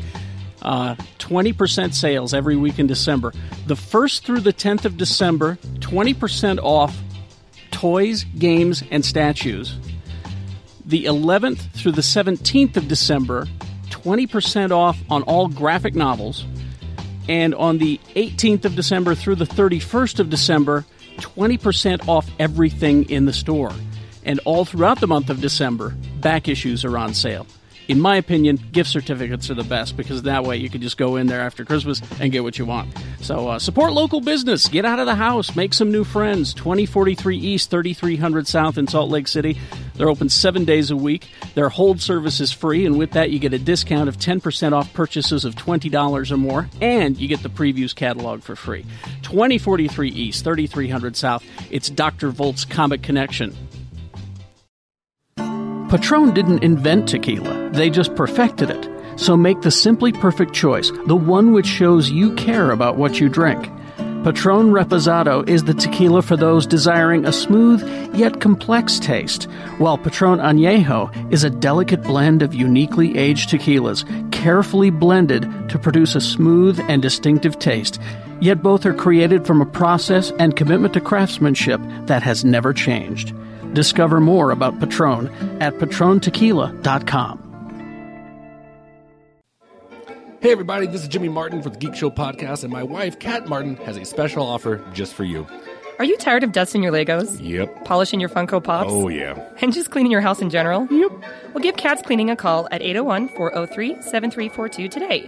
Uh, 20% sales every week in December. The 1st through the 10th of December, 20% off toys, games, and statues. The 11th through the 17th of December, 20% off on all graphic novels. And on the 18th of December through the 31st of December, 20% off everything in the store. And all throughout the month of December, back issues are on sale. In my opinion, gift certificates are the best because that way you can just go in there after Christmas and get what you want. So uh, support local business, get out of the house, make some new friends. 2043 East, 3300 South in Salt Lake City. They're open seven days a week. Their hold service is free, and with that, you get a discount of 10% off purchases of $20 or more, and you get the previews catalog for free. 2043 East, 3300 South. It's Dr. Volt's Comic Connection. Patron didn't invent tequila, they just perfected it. So make the simply perfect choice, the one which shows you care about what you drink. Patron Reposado is the tequila for those desiring a smooth yet complex taste, while Patron Añejo is a delicate blend of uniquely aged tequilas, carefully blended to produce a smooth and distinctive taste. Yet both are created from a process and commitment to craftsmanship that has never changed. Discover more about Patron at patrontequila.com. Hey everybody, this is Jimmy Martin for the Geek Show podcast, and my wife Kat Martin has a special offer just for you. Are you tired of dusting your Legos? Yep. Polishing your Funko Pops? Oh yeah. And just cleaning your house in general? Yep. Well, give Cats Cleaning a call at 801 403 7342 today.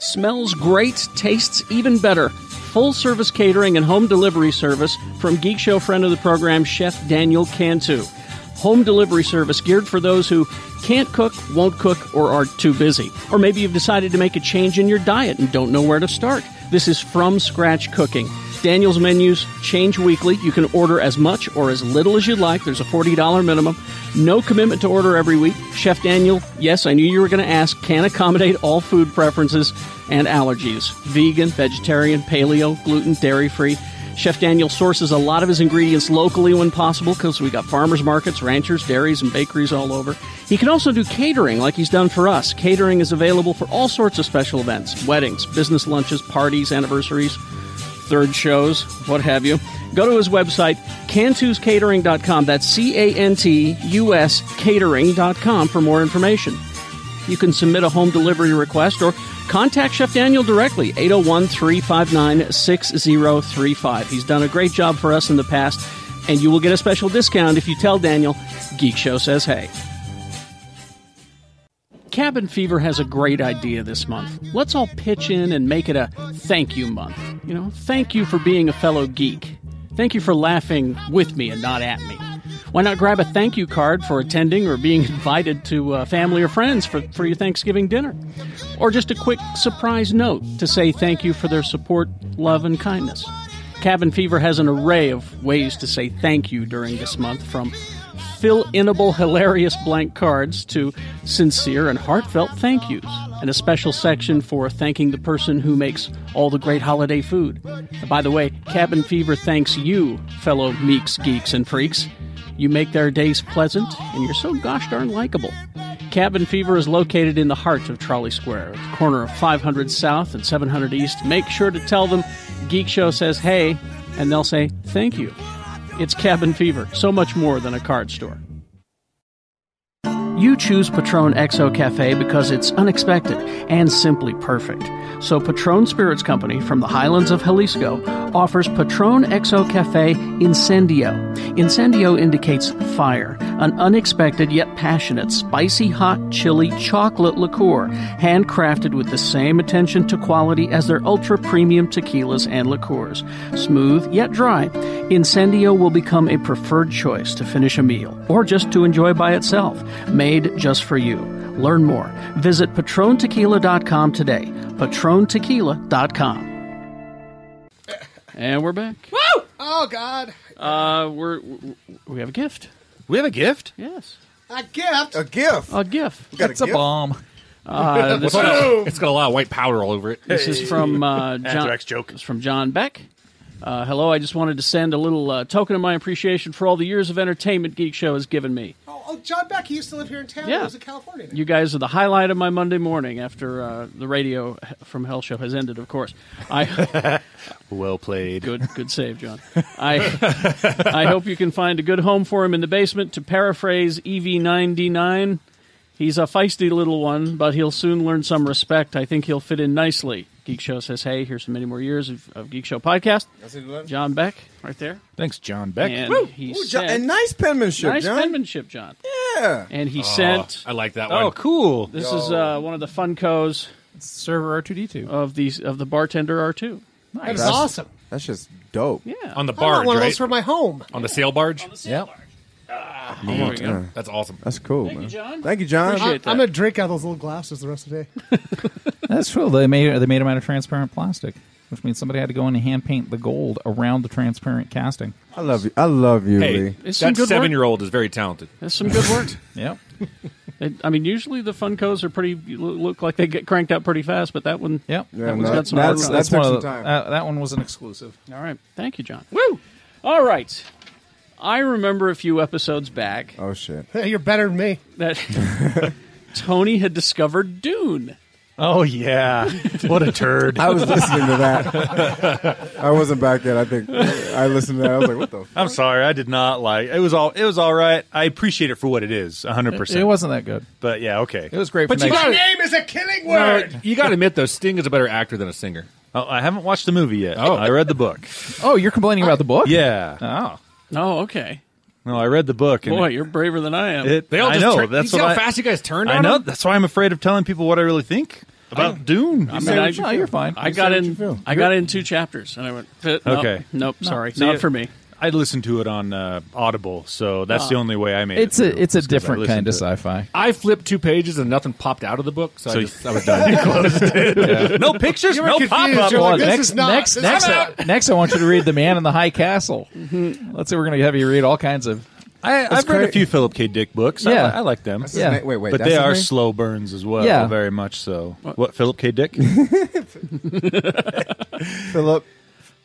Smells great, tastes even better. Full service catering and home delivery service from Geek Show friend of the program, Chef Daniel Cantu. Home delivery service geared for those who can't cook, won't cook, or are too busy. Or maybe you've decided to make a change in your diet and don't know where to start. This is from scratch cooking. Daniel's menus change weekly. You can order as much or as little as you'd like. There's a $40 minimum. No commitment to order every week. Chef Daniel, yes, I knew you were going to ask, can accommodate all food preferences and allergies vegan, vegetarian, paleo, gluten, dairy free. Chef Daniel sources a lot of his ingredients locally when possible because we got farmers markets, ranchers, dairies, and bakeries all over. He can also do catering like he's done for us. Catering is available for all sorts of special events weddings, business lunches, parties, anniversaries third shows, what have you, go to his website, cantuscatering.com. That's C A N T U S catering.com for more information. You can submit a home delivery request or contact Chef Daniel directly, 801 359 6035. He's done a great job for us in the past, and you will get a special discount if you tell Daniel Geek Show says hey. Cabin Fever has a great idea this month. Let's all pitch in and make it a thank you month. You know, thank you for being a fellow geek. Thank you for laughing with me and not at me. Why not grab a thank you card for attending or being invited to uh, family or friends for, for your Thanksgiving dinner? Or just a quick surprise note to say thank you for their support, love, and kindness. Cabin Fever has an array of ways to say thank you during this month from fill inable hilarious blank cards to sincere and heartfelt thank yous, and a special section for thanking the person who makes all the great holiday food. And by the way, Cabin Fever thanks you, fellow meeks, geeks, and freaks. You make their days pleasant, and you're so gosh darn likable. Cabin Fever is located in the heart of Trolley Square, at the corner of 500 South and 700 East. Make sure to tell them Geek Show says hey, and they'll say thank you. It's Cabin Fever, so much more than a card store. You choose Patron XO Cafe because it's unexpected and simply perfect. So, Patron Spirits Company from the highlands of Jalisco offers Patron XO Cafe Incendio. Incendio indicates fire, an unexpected yet passionate, spicy hot chili chocolate liqueur, handcrafted with the same attention to quality as their ultra premium tequilas and liqueurs. Smooth yet dry, Incendio will become a preferred choice to finish a meal or just to enjoy by itself made just for you. Learn more. Visit patrontequila.com today. patrontequila.com. And we're back. Woo! Oh God, Uh, we're we- we have a gift. We have a gift. Yes, a gift. A gift. Oh, A gift. got a It's a gift? bomb. Uh, this, What's is, up? it's got a lot of white powder all over it. this is from uh, John. Anthrax joke. It's from John Beck. Uh, hello, I just wanted to send a little uh, token of my appreciation for all the years of entertainment Geek Show has given me. Oh, oh, John Beck. He used to live here in town. Yeah. He was in California. You guys are the highlight of my Monday morning after uh, the radio from Hell show has ended. Of course, I well played. Good, good save, John. I I hope you can find a good home for him in the basement. To paraphrase EV99, he's a feisty little one, but he'll soon learn some respect. I think he'll fit in nicely. Geek Show says, "Hey, here's many more years of, of Geek Show podcast." John Beck, right there. Thanks, John Beck. And Woo! he Ooh, John, sent, and nice penmanship, nice John. penmanship, John. yeah. And he sent. I like that one. Oh, cool. This is uh, one of the Funkos Server R two D two. of these of the bartender R two. That is That's- awesome. That's just dope. Yeah, on the I want barge, one of right? those for my home. on the sail barge. Ah, Yep. there we go. That's awesome. That's cool, Thank man. you, John. Thank you, John. Appreciate I, that. I'm gonna drink out of those little glasses the rest of the day. That's true. They made they made them out of transparent plastic, which means somebody had to go in and hand paint the gold around the transparent casting. I love you. I love you, Hey, Lee. It's some that good work. seven-year-old is very talented. That's some good work. Yep. They- I mean, usually the Funkos are pretty look like they get cranked out pretty fast, but that one, Yep. that Yeah, one's no, got some that's- work. on that's- one. took of some time. the- uh, that one was an exclusive. it. All right, thank you, John. Woo! All right, I remember a few episodes back Oh shit. Hey, You're better than me. that Tony had discovered Dune. Oh yeah, what a turd. I was listening to that. I wasn't back yet. I think I listened to that. I was like, what the? F-? I'm sorry, I did not like. It was all. It was all right. I appreciate it for what it is, 100. It percent wasn't that good. But yeah, okay. It was great. But for you next- got it. Name is a killing No, word. you got to admit though, Sting is a better actor than a singer. Oh, I haven't watched Oh. the movie yet. Oh, I read the book. oh, you're complaining about the book? Yeah, Oh. Oh, okay. No, I read the book. And Boy, you're braver than I am. It- I know. that's what I- I know. them? That's why I'm afraid of telling people what I really think about Dune. I mean, I, I got in. I got in two chapters, and I went. "Uh, nope, Okay. Nope. Sorry. So not you- for me. I listened to it on uh, Audible, so that's Ah. the only way I made It's it. a- through, it's a was 'cause I different listened kind of to it. sci-fi. I flipped two pages and nothing popped out of the book, so, So I, you- just, I was done. Closed it. No pictures, You were no confused. pop-up. You're like, on it. this next, is not- next, this next, is I, next, I want you to read "The Man in the High Castle." Let's say we're going to have you read all kinds of. I, I've read a few Philip K. Dick books. I Yeah. li- I, like them. That's his Yeah. na- wait, wait, but that's they his are name? slow burns as well. Yeah. very much so. What, Philip K. Dick? Philip.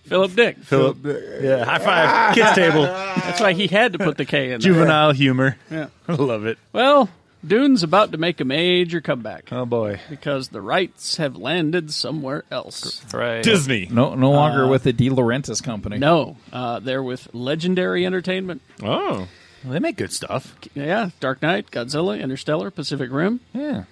Philip Dick. Philip. Yeah. High five. Kiss table. That's why he had to put the K in. there. Juvenile humor. Yeah. I love it. Well, Dune's about to make a major comeback. Oh boy! Because the rights have landed somewhere else. Right. Disney. No, no longer Uh, with the De Laurentiis company. No, uh, they're with Legendary Entertainment. Oh, they make good stuff. Yeah, Dark Knight, Godzilla, Interstellar, Pacific Rim. Yeah.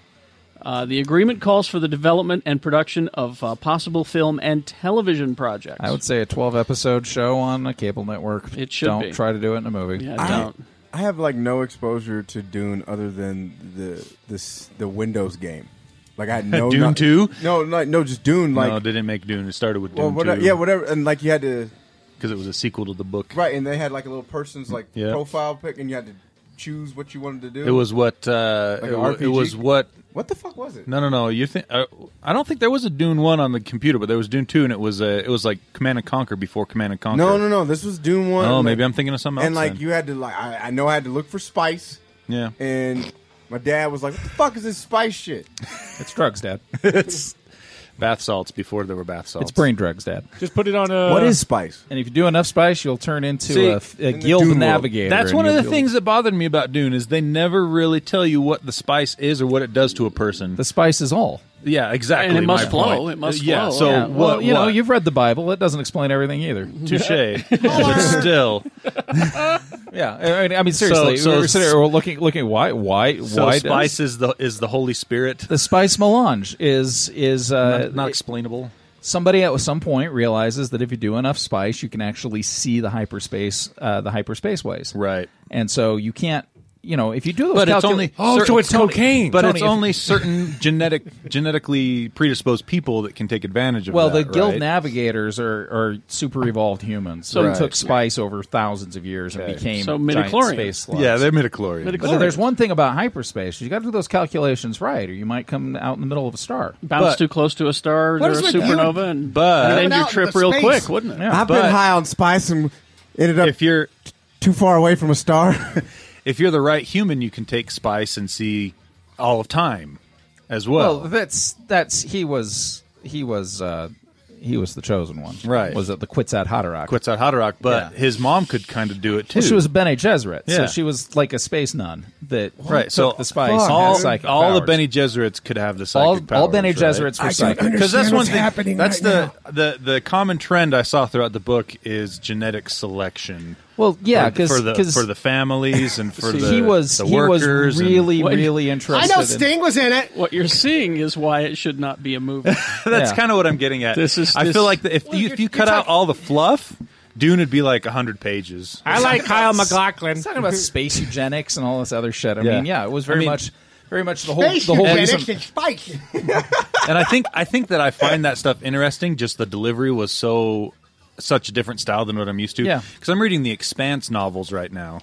Uh, the agreement calls for the development and production of uh, possible film and television projects. I would say a twelve-episode show on a cable network. It should Don't be. try to do it in a movie. Yeah, I have like no exposure to Dune other than the this the Windows game. Like I had no Dune kno- 2? No, like no, just Dune. Like no, they didn't make Dune. It started with Dune well, whatever, 2. yeah, whatever. And like you had to Because it was a sequel to the book. right, and they had like a little person's like Yeah. profile pic, and you had to choose what you wanted to do. It was what. Uh, Like it, an wa- RPG? it was what. What the fuck was it? No, no, no. You think? Uh, I don't think there was a Dune one on the computer, but there was Dune two, and it was uh, it was like Command and Conquer before Command and Conquer. No, no, no. This was Dune one. Oh, and, maybe like- I'm thinking of something And else like then. you had to like I, I know I had to look for spice. Yeah. And my dad was like, "What the fuck is this spice shit?" It's drugs, Dad. it's bath salts before there were bath salts. It's brain drugs, Dad. Just put it on uh, a. Uh, What is spice? And if you do enough spice, you'll turn into See, a, a in the guild Dune world. navigator. That's and one of you'll the be able- things that bothered me about Dune is they never really tell you what the spice is or what it does to a person. The spice is all. Yeah, exactly. And it must my flow. point. It must yeah, flow, So yeah. Uh, what? Well, you know, what? you've read the Bible. It doesn't explain everything either. Mm-hmm. Touche. but still, yeah. I mean, I mean seriously, So- so- we're sitting here, we're looking, looking. Why? Why? so why? spice does, is the is the Holy Spirit. the spice melange is is uh, Not- not explainable. Somebody at some point realizes that if you do enough spice, you can actually see the hyperspace, uh, the hyperspace ways. Right. And so you can't, you know, if you do those. But Oh, it's calcul- only certain- Tony- But Tony, it's if- only certain genetic genetically predisposed people that can take advantage of Well, that. the guild right? navigators are, are super evolved humans. So Right. who took spice over thousands of years and became So giant midichlorians. space slugs. Yeah, they're midichlorians. But if there's one thing about hyperspace. You got to do those calculations right, or you might come out in the middle of a star. Bounce too close to a star What or a is with supernova, you- and, But- and Coming end your out trip into real space. quick, wouldn't it? I've been high on spice and ended up if you're too far away from a star. if you're the right human, you can take spice and see all of time as well. that's that's he was he was uh, he was the chosen one, right? Was it the Quetzat Haderach? Quetzat Haderach, but Yeah. his mom could kind of do it too. Well, she was Bene Gesserit, so Yeah. she was like a space nun that right. took So the spice. and had all, psychic all the powers. Bene Gesserits could have the psychic All- powers. all Bene right? Gesserits were I don't psychic. Because that's understand one what's thing. happening that's right the, the the common trend I saw throughout the book is genetic selection. Well, yeah, For- 'cause- for the 'cause- for the families and for See, the he was- the he was workers and- really, really interested I know in- Sting was in it. What you're seeing is why it should not be a movie. That's kind of what I'm getting at. This is- I this- feel like the, if you, if you cut out all the fluff, Dune would be like hundred pages. I like Kyle McLaughlin. He's talking about space eugenics and all this other shit. I Yeah. mean, yeah, it was very I mean- much, very much the whole the whole reason. spice. and I think I think that I find that stuff interesting. Just the delivery was so such a different style than what I'm used to. Yeah. Mm-hmm. because I'm reading the Expanse novels right now.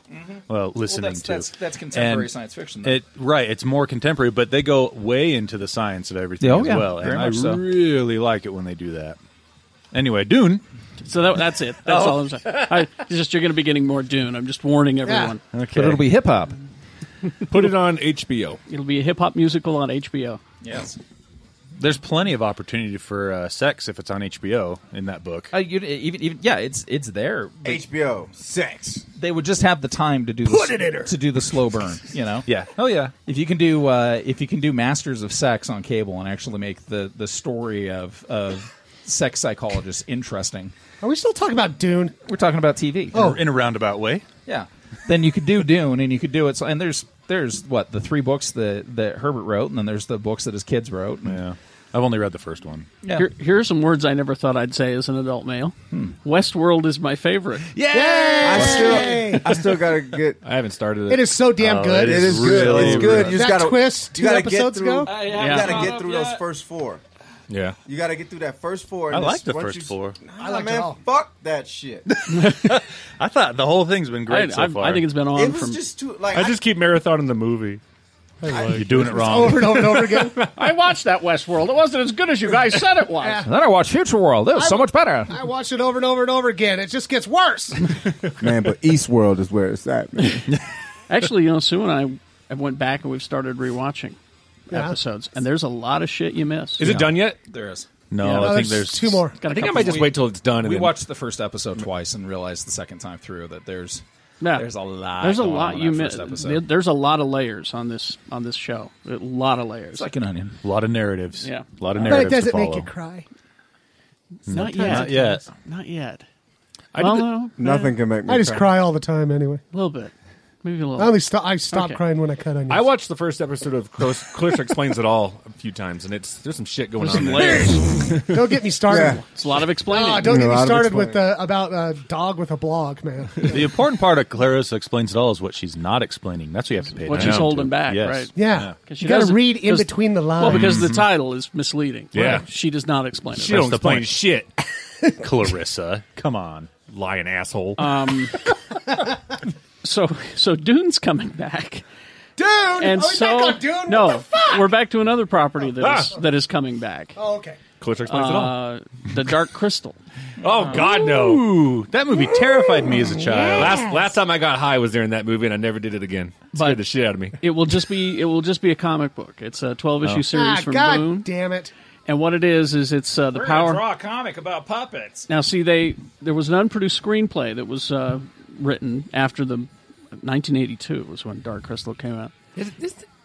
Well, listening that's- to that's- that's contemporary And science fiction, though. It right, it's more contemporary, but they go way into the science of everything Oh, as yeah, well, very and I much so. really like it when they do that. Anyway, Dune. So that, that's it. That's Oh. all I'm saying. I, it's just you're going to be getting more Dune. I'm just warning everyone. But it'll be hip hop. Put it on HBO. It'll be a hip hop musical on HBO. Yes. There's plenty of opportunity for uh, sex if it's on HBO in that book. Uh, you, even, even, yeah, it's it's there. HBO sex. They would just have the time to do Put the, it in her. to do the slow burn. You know. Yeah. Oh yeah. If you can do uh, if you can do Masters of Sex on cable and actually make the the story of of sex psychologists interesting, Are we still talking about Dune? We're talking about TV. Oh, in a roundabout way. Yeah. then you could do Dune, and you could do it. So, and there's there's what the three books that that Herbert wrote, and then there's the books that his kids wrote. Yeah. I've only read the first one. Here, here are some words I never thought I'd say as an adult male. Westworld is my favorite. I still, I still got a good. I haven't started It is so damn good. It is good. really it's good. good. You just That gotta, twist two you gotta episodes get through, ago? I- I You haven't gotta caught get up through those first four. Yeah. You gotta get through that first four. I and like this- the once first you- four. Nah, man, fuck that shit. I thought the whole thing's been great I- so I've- far. I think it's been on It It was was from- just too- like, I I- just keep marathoning the movie. You're doing it wrong. over and over and over again. I watched that Westworld. It wasn't as good as you guys said it was. And then I watched Future World. It was so much better. I watch it over and over and over again. It just gets worse. man, but Eastworld is where it's at. Man. Actually, you know, Sue and I, I went back and we've started rewatching Yeah. episodes, and there's a lot of shit you missed. Is it Oh, done yet? There is. No, Yeah. I think there's I Got a think I couple might just more. wait till it's done. and we then- watched the first episode twice and realized the second time through that there's Yeah. there's a lot. There's a going lot on you in that missed. first episode. There- There's a lot of layers on this on this show. A lot of layers. It's like an onion. A lot of narratives. Yeah. A lot of But it narratives. But does to it make follow. you cry? Not yet. Sometimes Not yet. Not yet. I well, did the- no, Nothing can make me. I just cry all the time anyway. A little bit. Maybe a little. I only stop. I stop Okay. crying when I cut onions. I watched the first episode of Close, Clarissa Explains It All a few times, and it's there's some shit going There's on. some there. layers. Don't get me started. Yeah. It's a lot of explaining. Ah, don't get A me lot of started explaining. with uh, about a dog with a blog, man. the important part of Clarissa explains it all is what she's not explaining. That's what you have to pay. What attention she's holding to. back, Yes. right? Yeah. 'Cause You gotta doesn't- read in does- between the Well, because the lines. title is misleading. Yeah. Right. She does not explain it. She That's don't the explain point. shit. Clarissa, come on, lying asshole. Um, so so Dune's coming back. Dune, and Are we so back on Dune? no, What the fuck? we're back to another property that is Ah. that is coming back. Oh, okay. Clarissa explains it all. Uh, the Dark Crystal. Oh God, no! that movie terrified me as a child. Last last time I got high was during that movie, and I never did it again. Scared the shit out of me. It will just be it will just be a comic book. It's a twelve issue Oh. series Ah, from God Boom. damn it! And what it is is it's uh, the power. a comic about puppets. Now, see, they there was an unproduced screenplay that was uh, written after the 1982 was when Dark Crystal came out.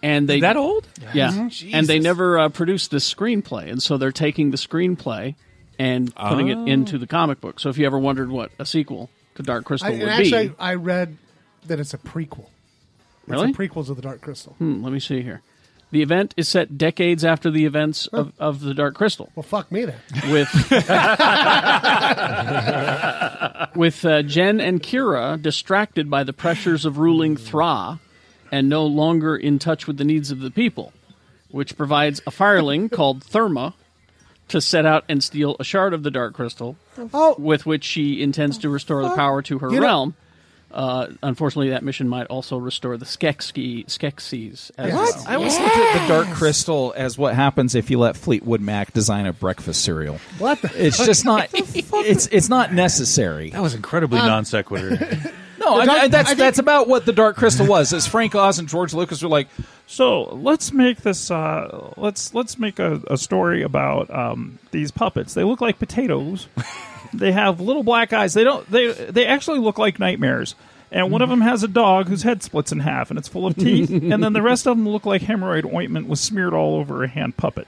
and they that old? Yeah, Mhm. Mm-hmm. and they never uh, produced this screenplay, and so they're taking the screenplay and putting Ah. Oh. it into the comic book. So if you ever wondered what a sequel to Dark Crystal I, would and be, actually, I read that it's a prequel. Really? It's a prequel to the Dark Crystal. hmm, let me see here. The event is set decades after the events of, of the Dark Crystal. Well, fuck me then. with with uh, Jen and Kira distracted by the pressures of ruling Thra and no longer in touch with the needs of the people, which provides a fireling called Therma to set out and steal a shard of the Dark Crystal, Oh. with which she intends to restore the power to her You know- realm. Uh, unfortunately, that mission might also restore the Skeksis. Skeksis as well. I always looked at the Dark Crystal as what happens if you let Fleetwood Mac design a breakfast cereal. What? The It's just not. it's it's not necessary. That was incredibly non sequitur. No, I, The Dark- I- that's I think- that's about what the Dark Crystal was. Is Frank Oz and George Lucas were like, So let's make this. Uh, let's let's make a, a story about um, these puppets. They look like potatoes. they have little black eyes. They don't. They they actually look like nightmares. And one of Mm-hmm. them has a dog whose head splits in half and it's full of teeth. and then the rest of them look like hemorrhoid ointment was smeared all over a hand puppet.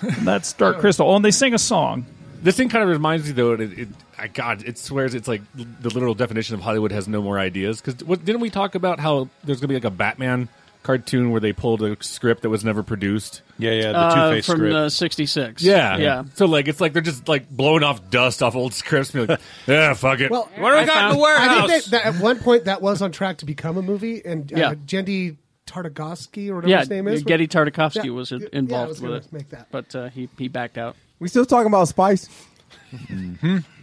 And that's Dark Crystal. Oh, and they sing a song. This thing kind of reminds me though. It, it I, God, it swears it's like l- the literal definition of Hollywood has no more ideas. Because didn't we talk about how there's going to be like a Batman cartoon where they pulled a script that was never produced? Yeah, yeah, Uh, from the '66. Yeah, yeah. So like, it's like they're just like blowing off dust off old scripts. And be like, yeah, fuck it. Well, what do we got in the warehouse? I think that, that at one point that was on track to become a movie, and uh, Yeah. Jendi Tartakovsky or whatever Yeah, his name is. Getty Tartakovsky Yeah, was yeah, in- I involved was with gonna it, Make that. but uh, he he backed out. We still talking about spice?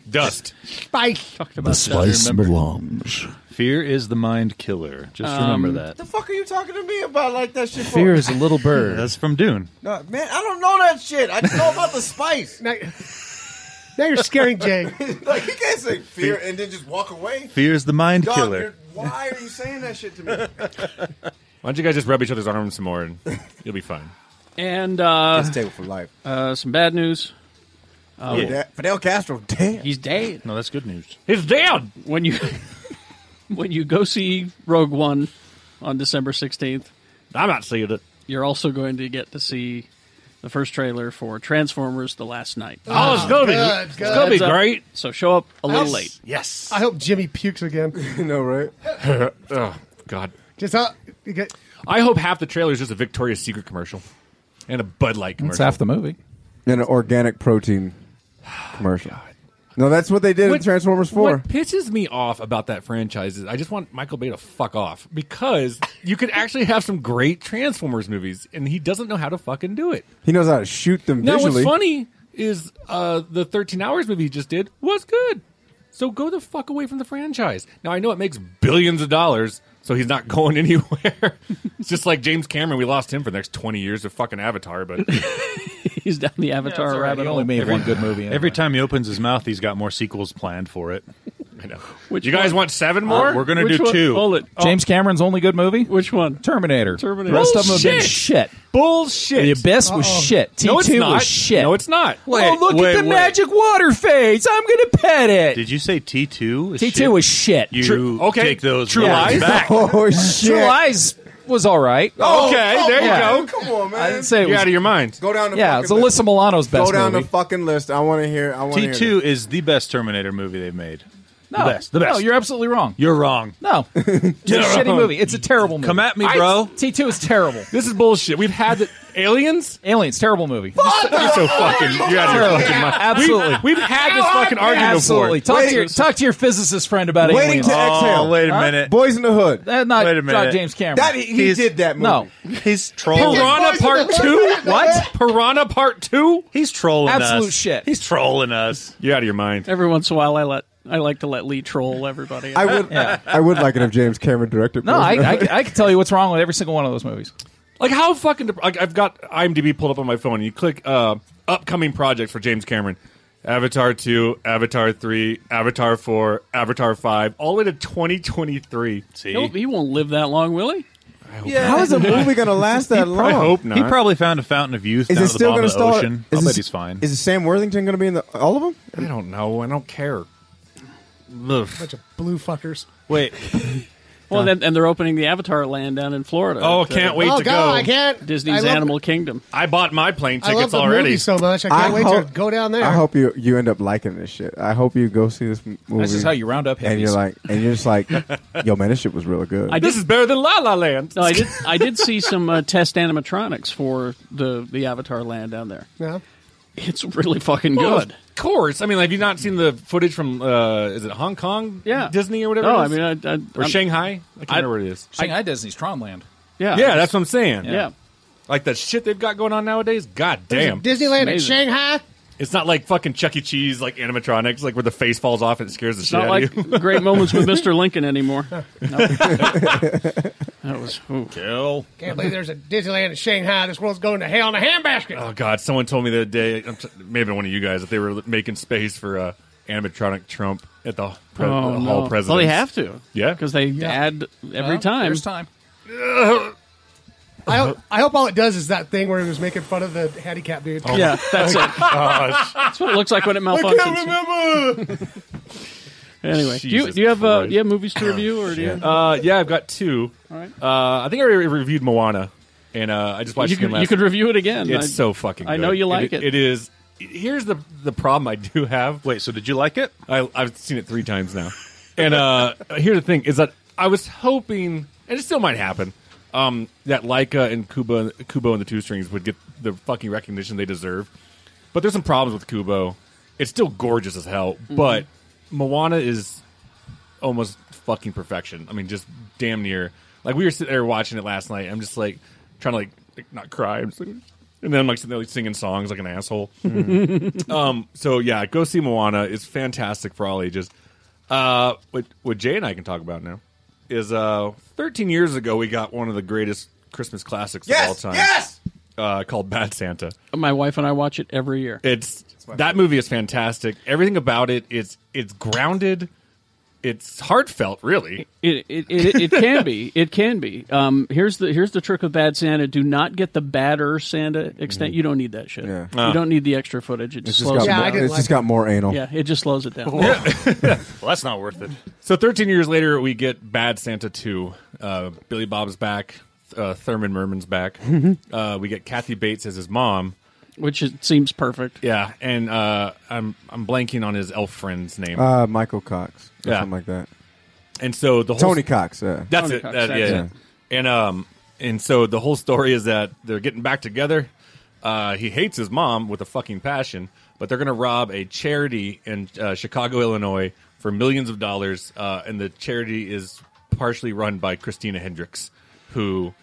Dust. Spice. Talked about spice that, remember? belongs. Fear is the mind killer. Just remember Um, that. The fuck are you talking to me about like that shit? for? Fear is a little bird. That's from Dune. No, man, I don't know that shit. I just know about the spice. now, now you're scaring Jay. like you can't say fear and then just walk away. Fear is the mind Dog, killer. you're- Why are you saying that shit to me? Why don't you guys just rub each other's arms some more and you'll be fine. And uh, This table for life. Uh, some bad news. Yeah, that- Oh, Fidel Castro, dead. He's dead. No, that's good news. He's dead. When you when you go see Rogue One on December sixteenth, I'm not seeing it. You're also going to get to see the first trailer for Transformers: The Last Night. Oh, it's gonna be- Good, it's good. gonna be Heads up. great. So show up a little Yes. late. Yes. I hope Jimmy pukes again. no, right? oh God. Just uh, you get, I hope half the trailer is just a Victoria's Secret commercial and a Bud Light commercial. "That's half the movie." In an organic protein commercial. No, that's what they did in Transformers Four. What pisses me off about that franchise is I just want Michael Bay to fuck off because you could actually have some great Transformers movies, and he doesn't know how to fucking do it. He knows how to shoot them Now, visually. what's funny is uh, the 13 Hours movie he just did was good. So go the fuck away from the franchise. Now, I know it makes billions of dollars, so he's not going anywhere. it's just like James Cameron. We lost him for the next 20 years of fucking Avatar, but he's down the Avatar rabbit hole. Every time he opens his mouth, he's got more sequels planned for it. I know. Which you guys want seven more? Uh, we're gonna do two. James Cameron's only good movie? Which one? Terminator. Terminator. The rest of them have been Bullshit. shit. Bullshit. The Abyss was shit. T2 oh. No, it's not. was shit. No, it's not. oh, look at the magic water face. I'm going to pet it. Did you say T two? T2 was shit. You True- okay. take those True words Lies? back. Oh shit. True Lies was all right. Oh, Okay, there you Yeah. go. Come on, man. I didn't say it You're was- out of your mind. Go down. The Yeah, it's fucking Alyssa Milano's list. best Go down movie. the fucking list. I want to hear. I want to T hear. two is the best Terminator movie they've made. No. the best. The No, best. you're absolutely wrong. You're wrong. No, it's a shitty movie. It's a terrible movie. Come at me, bro. T two is terrible. This is bullshit. We've had the aliens. Aliens, terrible movie. You're so fucking. You're out of your fucking mind. Absolutely. We've, we've had this fucking argument Absolutely. before. Uh, Talk to your talk to your physicist friend about Waiting aliens. to exhale. Oh, wait a Huh? minute. Boys in the Hood. That not Wait a not minute. James Cameron. That e- he He's- did that movie. no, He's trolling. Piranha Part Two. What? Piranha Part Two. He's trolling us. Absolute shit. He's trolling us. You're out of your mind. Every once in a while, I let I like to let Lee troll everybody. I would. I would like it if James Cameron directed. no. Boys I, in the I Hood. I can tell you what's wrong with every single one of those movies. Like how fucking. dep- Like I've got IMDb pulled up on my phone. and You click uh, upcoming projects for James Cameron. Avatar 2, Avatar 3, Avatar 4, Avatar 5, all the way to 2023. See? He'll- he won't live that long, will he? How is a movie gonna last that long? I hope not. He probably found a fountain of youth Is down it at the still bottom gonna of the stall? ocean. Is I this- bet he's fine. Is Sam Worthington gonna be in the, all of them? I don't know. I don't care. Look. bunch of blue fuckers. Wait. Well, then, and they're opening the Avatar land down in Florida. Oh, at, uh, can't wait oh to God, go. I can't. I Disney's love- Animal Kingdom. I bought my plane I love tickets the already. movie so much. I can't I wait hope- to go down there. I hope you you end up liking this shit. I hope you go see this m- movie. is how you round up And you're hippies. like, and you're just like, yo, man, this shit was really good. I this did- is better than La La Land. No, I did. I did see some uh, test animatronics for the the Avatar land down there. Yeah. It's really fucking Well, good. Of course. I mean, like, have you not seen the footage from, uh, is it Hong Kong? Yeah. Disney or whatever No, it I is? mean, I, I, Or I'm- Shanghai? I can't I- remember where it is. Shanghai Disney's Tronland. Yeah, Yeah, that's what I'm saying. yeah. Like, the shit they've got going on nowadays, god damn. Disneyland in Amazing. Shanghai. It's not like fucking Chuck E. Cheese, like animatronics, like where the face falls off and it scares the It's shit not out like of you. great moments with Mr. Lincoln anymore. No. that was ooh. Kill. Can't believe there's a Disneyland in Shanghai. This world's going to hell in a handbasket. Oh, God. Someone told me the other day, I'm t- maybe one of you guys, that they were making space for uh, animatronic Trump at the, pre- Oh, the no. Hall of Presidents. Well, they have to Yeah. because they add every Well, time. There's time. I hope, I hope all it does is that thing where he was making fun of the handicap dude. Oh, Yeah, that's it. That's what it looks like when it malfunctions. remember. Anyway, do you, Jesus do you have uh, Christ. do you have movies to review or do you? Uh, yeah, I've got two. All right. Uh, I think I re- reviewed Moana, and uh, I just watched You it again could, last. you could review it again. it's I- so fucking. I good. know you like it. It is. Here's the the problem I do have. Wait. So did you like it? I, I've seen it three times now, and uh, here's the thing: is that I was hoping, and it still might happen, um, that Laika and Kubo, Kubo and the Two Strings would get the fucking recognition they deserve. But there's some problems with Kubo. It's still gorgeous as hell, but Moana is almost fucking perfection. I mean, just damn near. Like we were sitting there watching it last night. I'm just like trying to like, like, not cry. I'm just like- and then I'm like sitting there like, singing songs like an asshole. um. So yeah, go see Moana. It's fantastic for all ages. Uh, what what Jay and I can talk about now is uh 13 years ago we got one of the greatest Christmas classics of all time. Yes. Uh, called Bad Santa. My wife and I watch it every year. It's that movie is fantastic. Everything about it, it's it's grounded. It's heartfelt, really. It it, it, it can be. It can be. Um, here's the here's the trick with Bad Santa. Do not get the badder Santa extent. You don't need that shit. Yeah. You don't need the extra footage. It it's just just slows got it more, I didn't it's like just got more anal. down. Yeah, it just slows it down. Well, that's not worth it. So 13 years later, we get Bad Santa 2. Uh, Billy Bob's back. Uh, Thurman Merman's back. Mm-hmm. uh, we get Kathy Bates as his mom. Which it seems perfect. Yeah, and uh, I'm I'm blanking on his elf friend's name. Uh, Michael Cox. Or Yeah. Something like that. and so the whole Tony Cox. Yeah. That's Tony it. Cox, That- yeah, that's yeah. And um and so the whole story is that they're getting back together. Uh, he hates his mom with a fucking passion, but they're going to rob a charity in uh, Chicago, Illinois, for millions of dollars, uh, and the charity is partially run by Christina Hendricks, who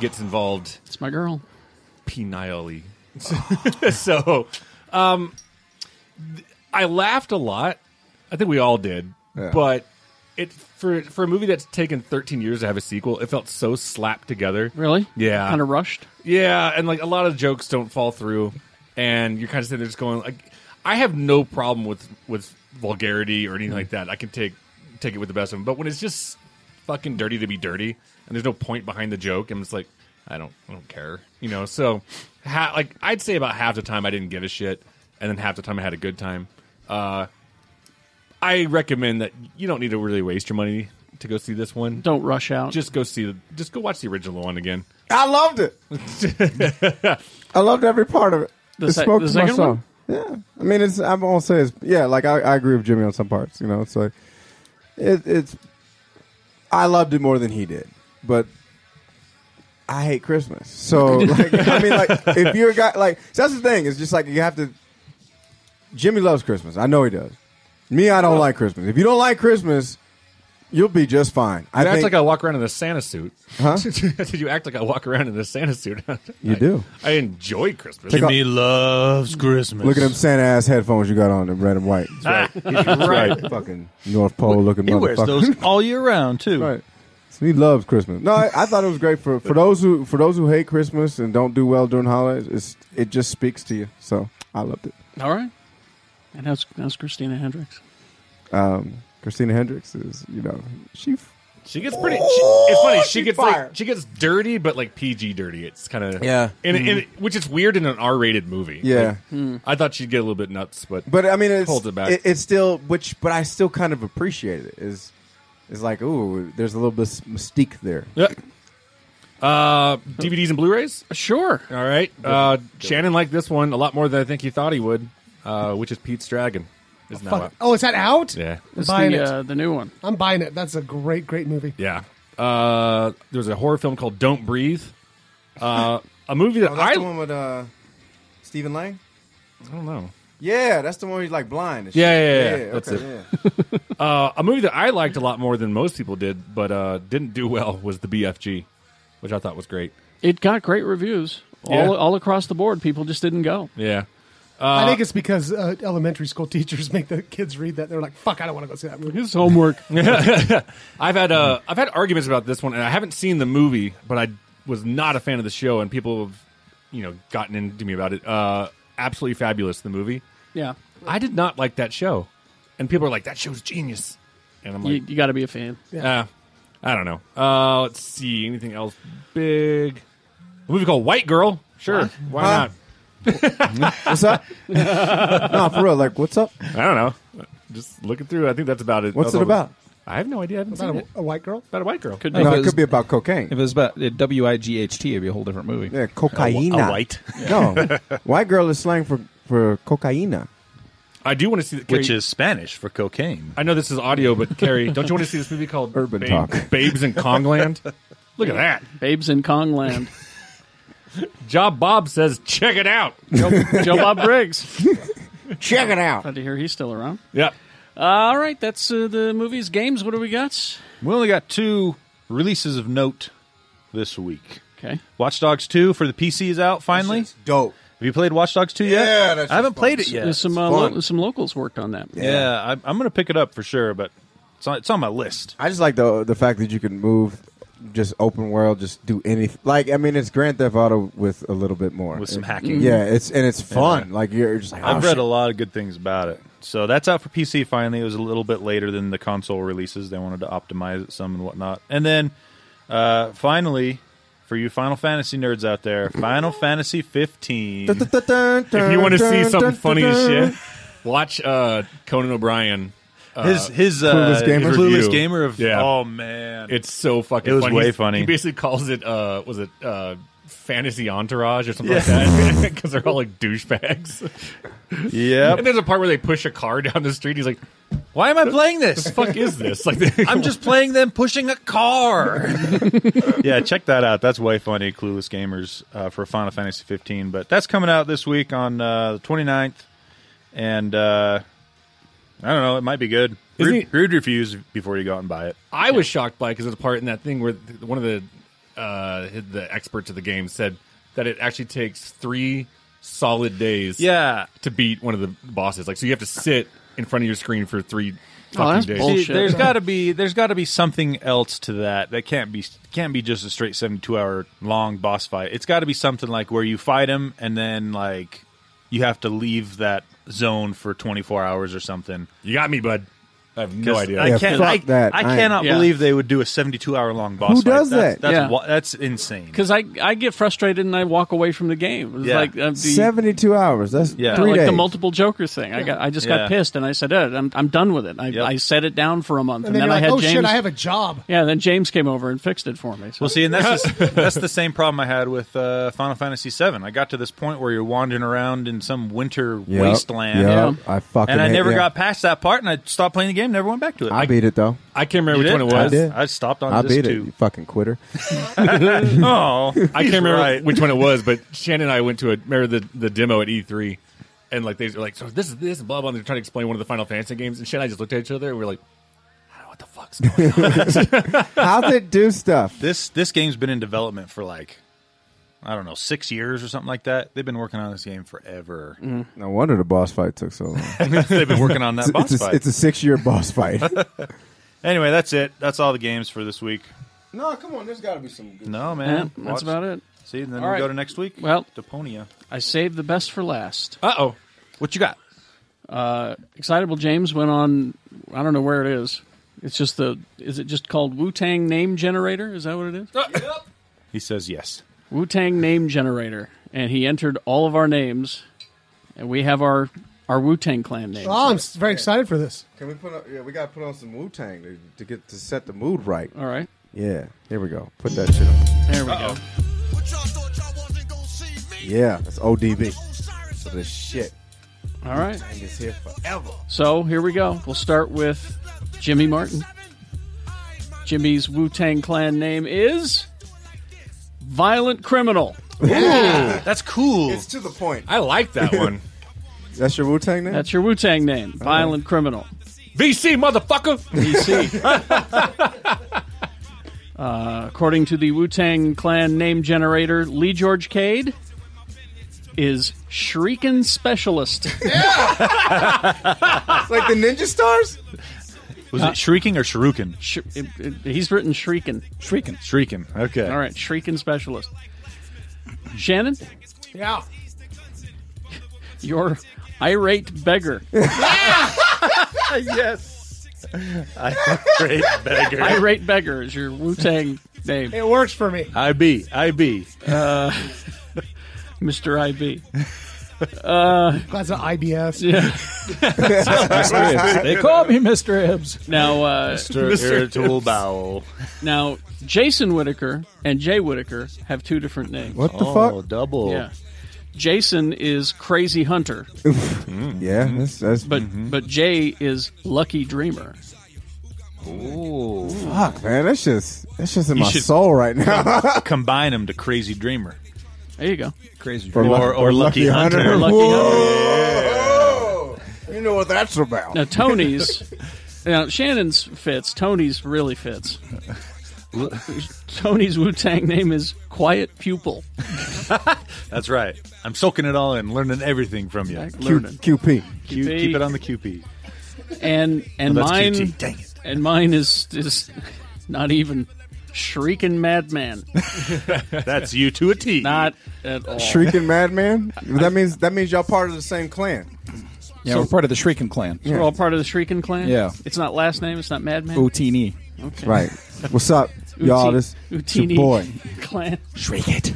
gets involved. It's my girl, penile. so, um, th- I laughed a lot. I think we all did, Yeah. but it for for a movie that's taken 13 years to have a sequel, it felt so slapped together. Really? Yeah. Kind of rushed. Yeah, and like a lot of jokes don't fall through, and you're kind of sitting there just going like, I have no problem with with vulgarity or anything like that. I can take take it with the best of them, but when it's just fucking dirty to be dirty, and there's no point behind the joke, I'm just like, I don't I don't care, you know. So, ha- like I'd say about half the time I didn't give a shit, and then half the time I had a good time. Uh, I recommend that you don't need to really waste your money to go see this one. Don't rush out. Just go see the just go watch the original one again. I loved it. I loved every part of it. The it sec- spoke the to my second soul. one? Yeah, I mean, it's I won't say it's yeah. Like I, I agree with Jimmy on some parts. You know, it's like it, it's. I loved it more than he did, but I hate Christmas. So like, I mean, like if you're a guy like so that's the thing. It's just like you have to. Jimmy loves Christmas. I know he does. Me, I don't like Christmas. If you don't like Christmas, you'll be just fine. I That's think like I walk around in a Santa suit. Huh? Did you act like I walk around in a Santa suit? you do. I enjoy Christmas. Take off- Jimmy loves Christmas. Look at them Santa ass headphones you got on them, red and white. That's right. He's right. Fucking North Pole looking He motherfucker. wears those all year round too. Right. So he loves Christmas. No, I, I thought it was great for, for those who for those who hate Christmas and don't do well during holidays. It's, it just speaks to you. So I loved it. All right. And how's, how's Christina Hendricks? Um, Christina Hendricks is you know she She gets pretty. She, it's funny. She she's gets fire. like she gets dirty, but like PG dirty. It's kind of Yeah. and, Mhm. and- which is weird in an R-rated movie. Yeah. Like, Hmm. I thought she'd get a little bit nuts, but But I mean, it's, holds it back. It, it's still which, but I still kind of appreciate it. Is is like ooh, there's a little bit of mystique there. Yeah. Uh, DVDs and Blu-rays? Sure. All right. Uh, Shannon liked this one a lot more than I think he thought he would, uh, which is Pete's Dragon. Is now Fuck. out. Oh, is that out? Yeah. I'm buying it. the uh, new one. I'm buying it. That's a great, great movie. Yeah. Uh, there was a horror film called Don't Breathe. Uh, a movie that Oh, that's I the one with uh, Stephen Lang. I don't know. Yeah, that's the one where he's like blind. and Yeah, shit. yeah, yeah, yeah. That's okay, it. uh, a movie that I liked a lot more than most people did, but uh, didn't do well was the BFG, which I thought was great. It got great reviews Yeah. all, all across the board. People just didn't go. Yeah. I Uh, think it's because uh, elementary school teachers make the kids read that. They're like, "Fuck, I don't want to go see that movie." His homework. I've had uh, I've had arguments about this one, and I haven't seen the movie, but I was not a fan of the show, and people have you know gotten into me about it. Uh, absolutely fabulous, the movie. Yeah. I did not like that show, and people are like, "That show's genius," and I'm like, you got to be a fan. Uh, I don't know. Uh, let's see. Anything else big? A movie called White Girl. Sure. Why Huh? not? what's up? no, for real. Like, what's up? I don't know. Just looking through. I think that's about it. What's That's it all- about? I have no idea. I haven't About seen a, it. a white girl. About a white girl. Could No, it could be about cocaine. If it was about uh, W I G H T, it'd be a whole different movie. Yeah, cocaine. no, white girl is slang for for cocaina. I do want to see the Which Carrie- is Spanish for cocaine. I know this is audio, but Carrie, don't you want to see this movie called Urban Babe- Talk. Babes in Kongland? Look at that. Babes in Kongland. Job Bob says, check it out. Joe, Joe Bob Briggs. Check it out. Glad to hear he's still around. Yep. All right, that's uh, the movies. Games, what do we got? We only got two releases of note this week. Okay. Watch Dogs 2 for the PC is out finally. Dope. Have you played Watch Dogs 2 yet? Yeah, that's I haven't fun. played it yet. There's some, It's uh, fun. lo- some locals worked on that. yeah, I, I'm going to pick it up for sure, but it's on, it's on my list. I just like the the fact that you can move, just open world, just do anything. Like, I mean, it's Grand Theft Auto with a little bit more With some hacking. Yeah, it's and it's fun. Yeah. Like you're just like I've oh, read shit. a lot of good things about it. So that's out for PC finally. It was a little bit later than the console releases. They wanted to optimize it some and whatnot. And then uh, finally, for you Final Fantasy nerds out there, Final Fantasy 15. If you want to see something funny as shit, watch uh, Conan O'Brien. Uh, His- his, uh, Clueless Gamer? Clueless Gamer of- oh, man. it's so fucking It was funny. way He's- funny. he basically calls it uh was it uh fantasy entourage or something like Yeah. that because they're all like douchebags. Yep. And there's a part where they push a car down the street. He's like, "Why am I playing this? The fuck is this? Like, I'm just playing them pushing a car. yeah, check that out. That's way funny, Clueless Gamers uh, for Final Fantasy 15. But that's coming out this week on uh, the 29th, and uh, I don't know. It might be good. Isn't Read, read reviews before you go out and buy it. I was shocked by because there's a part in that thing where th- one of the uh, the experts of the game said that it actually takes three solid days, yeah, to beat one of the bosses. Like, so you have to sit in front of your screen for three fucking days. See, there's got to be there's got to be something else to that. That can't be can't be just a straight 72 hour long boss fight. It's got to be something like where you fight him and then like you have to leave that zone for 24 hours or something. You got me, bud. I have no idea. I Yeah, can't. fuck I, that. I I- cannot Yeah. believe they would do a 72 hour long boss. Who fight. does that's, that? That's Yeah. wa- that's insane. Because I, I get frustrated and I walk away from the game. It's Yeah. like uh, the, Seventy-two hours. That's yeah, three like days. the multiple jokers thing. I got I just Yeah. got pissed and I said, "Eh, I'm, I'm done with it. I, I set it down for a month And then you're I like, had oh James. shit, I have a job. yeah, then James came over and fixed it for me. So. Well, see, and that's just, that's the same problem I had with uh, Final Fantasy VII. I got to this point where you're wandering around in some winter Yep, wasteland, yep. Yeah. I fucking and I hate- never yeah. got past that part, and I stopped playing the game. Never went back to it. I beat it though. I can't remember You which did? one it was. I did. I stopped on I this beat too. it. You fucking quitter. oh, I he's can't remember right. which one it was, but Shannon and I went to a remember the, the demo at E3, and like they were like, so this is this blah blah. And they're trying to explain one of the Final Fantasy games, and Shannon and I just looked at each other and we are like, How's it do stuff? This this game's been in development for like I don't know six years or something like that. They've been working on this game forever. Mm. No wonder the boss fight took so long. They've been working on that It's- boss it's a, fight. It's a six-year boss fight. anyway, that's it. That's all the games for this week. no, come on. There's got to be some. Good No man, Yeah, that's Watch- about it. See, then All we right. go to next week. Well, Deponia. I saved the best for last. Uh oh. What you got? Uh, Excitable James went on. I don't know where it is. It's just the. Is it just called Wu Tang Name Generator? Is that what it is? He says yes. Wu Tang Name Generator, and he entered all of our names, and we have our our Wu Tang Clan names. Oh, I'm s- very excited for this. Can we put? On, yeah, we got to put on some Wu Tang to, to get to set the mood right. All right. Yeah. Here we go. Put that shit on. There we go. Yeah, that's ODB. So this shit. All right. Wu-Tang is here forever. So here we go. We'll start with Jimmy Martin. Jimmy's Wu Tang Clan name is Violent Criminal. that's cool. It's to the point. I like that one. That's your Wu Tang name. That's your Wu Tang name, Violent Criminal. VC motherfucker. VC. Uh, according to the Wu Tang Clan name generator, Lee George Cade is Shriekin' Specialist. It's like the Ninja Stars. Was Uh, it shrieking or shuriken? Sh- it- it- he's written Shriekin'. Shrieking. Shrieking. Okay. All right, Shriekin' Specialist. Shannon, Yeah. your irate beggar. yes. Great beggar. irate beggar is your Wu Tang name. It works for me. IB. IB. Uh, Mr. IB. Uh, That's an IBS. yeah. they call me Mr. Hibbs. Now, uh, Irritable er, Bowel. Now, Jason Whitaker and Jay Whitaker have two different names. What the fuck? Oh, double. Yeah. Jason is Crazy Hunter, Yeah, that's, that's but but Jay is Lucky Dreamer. fuck, man. That's just that's just in You my should- soul right now. Combine them to Crazy Dreamer. There you go. Crazy. Or, Or- or Lucky Hunter. Lucky Whoa. Oh, You know what that's about. Now Tony's, now Shannon's fits. Tony's really fits. Tony's Wu Tang name is Quiet Pupil. That's right. I'm soaking it all in, learning everything from you. Q- Learning. QP. Q- QP. keep it on the QP. and and Well, Oh, that's mine QT. Dang it. and mine is is not even shrieking madman That's you to a T. not at all Shrieking Madman. That means that means y'all part of the same clan. Yeah, we're part of the Shrieking Clan. So we're all part of the shrieking clan Yeah. it's not last name it's not madman Otini. okay. Right. What's up, y'all? This it's your Utini boy. clan Shriek it.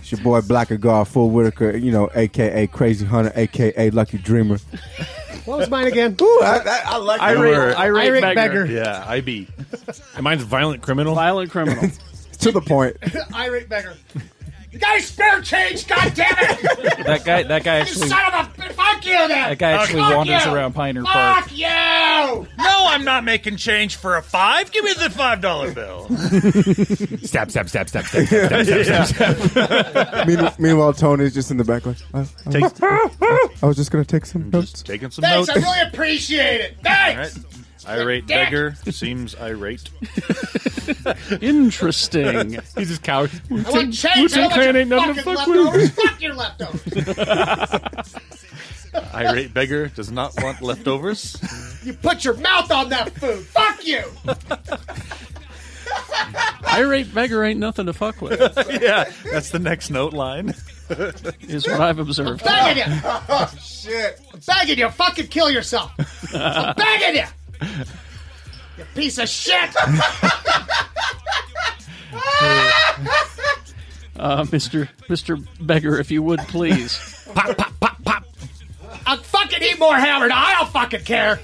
It's your boy Black Agar, Full Whitaker. You know, aka Crazy Hunter, aka Lucky Dreamer. What was mine again? Ooh, I, I, I like that irate, word. irate, Irate beggar. beggar. Yeah, IB. And mine's violent criminal. violent criminal To the point. Irate beggar. You got any spare change? God damn it! That guy. That guy you actually. son of a fuck you! Then. That guy actually Fuck wanders you. around Pioneer fuck Park. you! No, I'm not making change for a five. Give me the five dollar bill. stab, stab, stab, stab, stab, stab, stab, stab, Yeah. stab. Mean- Meanwhile, Tony's just in the back like, I, I Take- was, I was just gonna take some notes. Taking some Thanks, notes. I really appreciate it. Thanks. Irate Dick. beggar seems irate. Interesting. He's just coward. I want change. I don't want your fucking leftovers. fuck your leftovers. Irate beggar does not want leftovers. you put your mouth on that food. Fuck you. Irate beggar ain't nothing to fuck with. yeah, that's the next note line. is what I've observed. Begging you. oh shit. Begging you. Fucking kill yourself. I'm begging you. You piece of shit. Uh, Mr. Mr. Beggar, if you would please. I'll fucking eat more hammer. Now. I don't fucking care.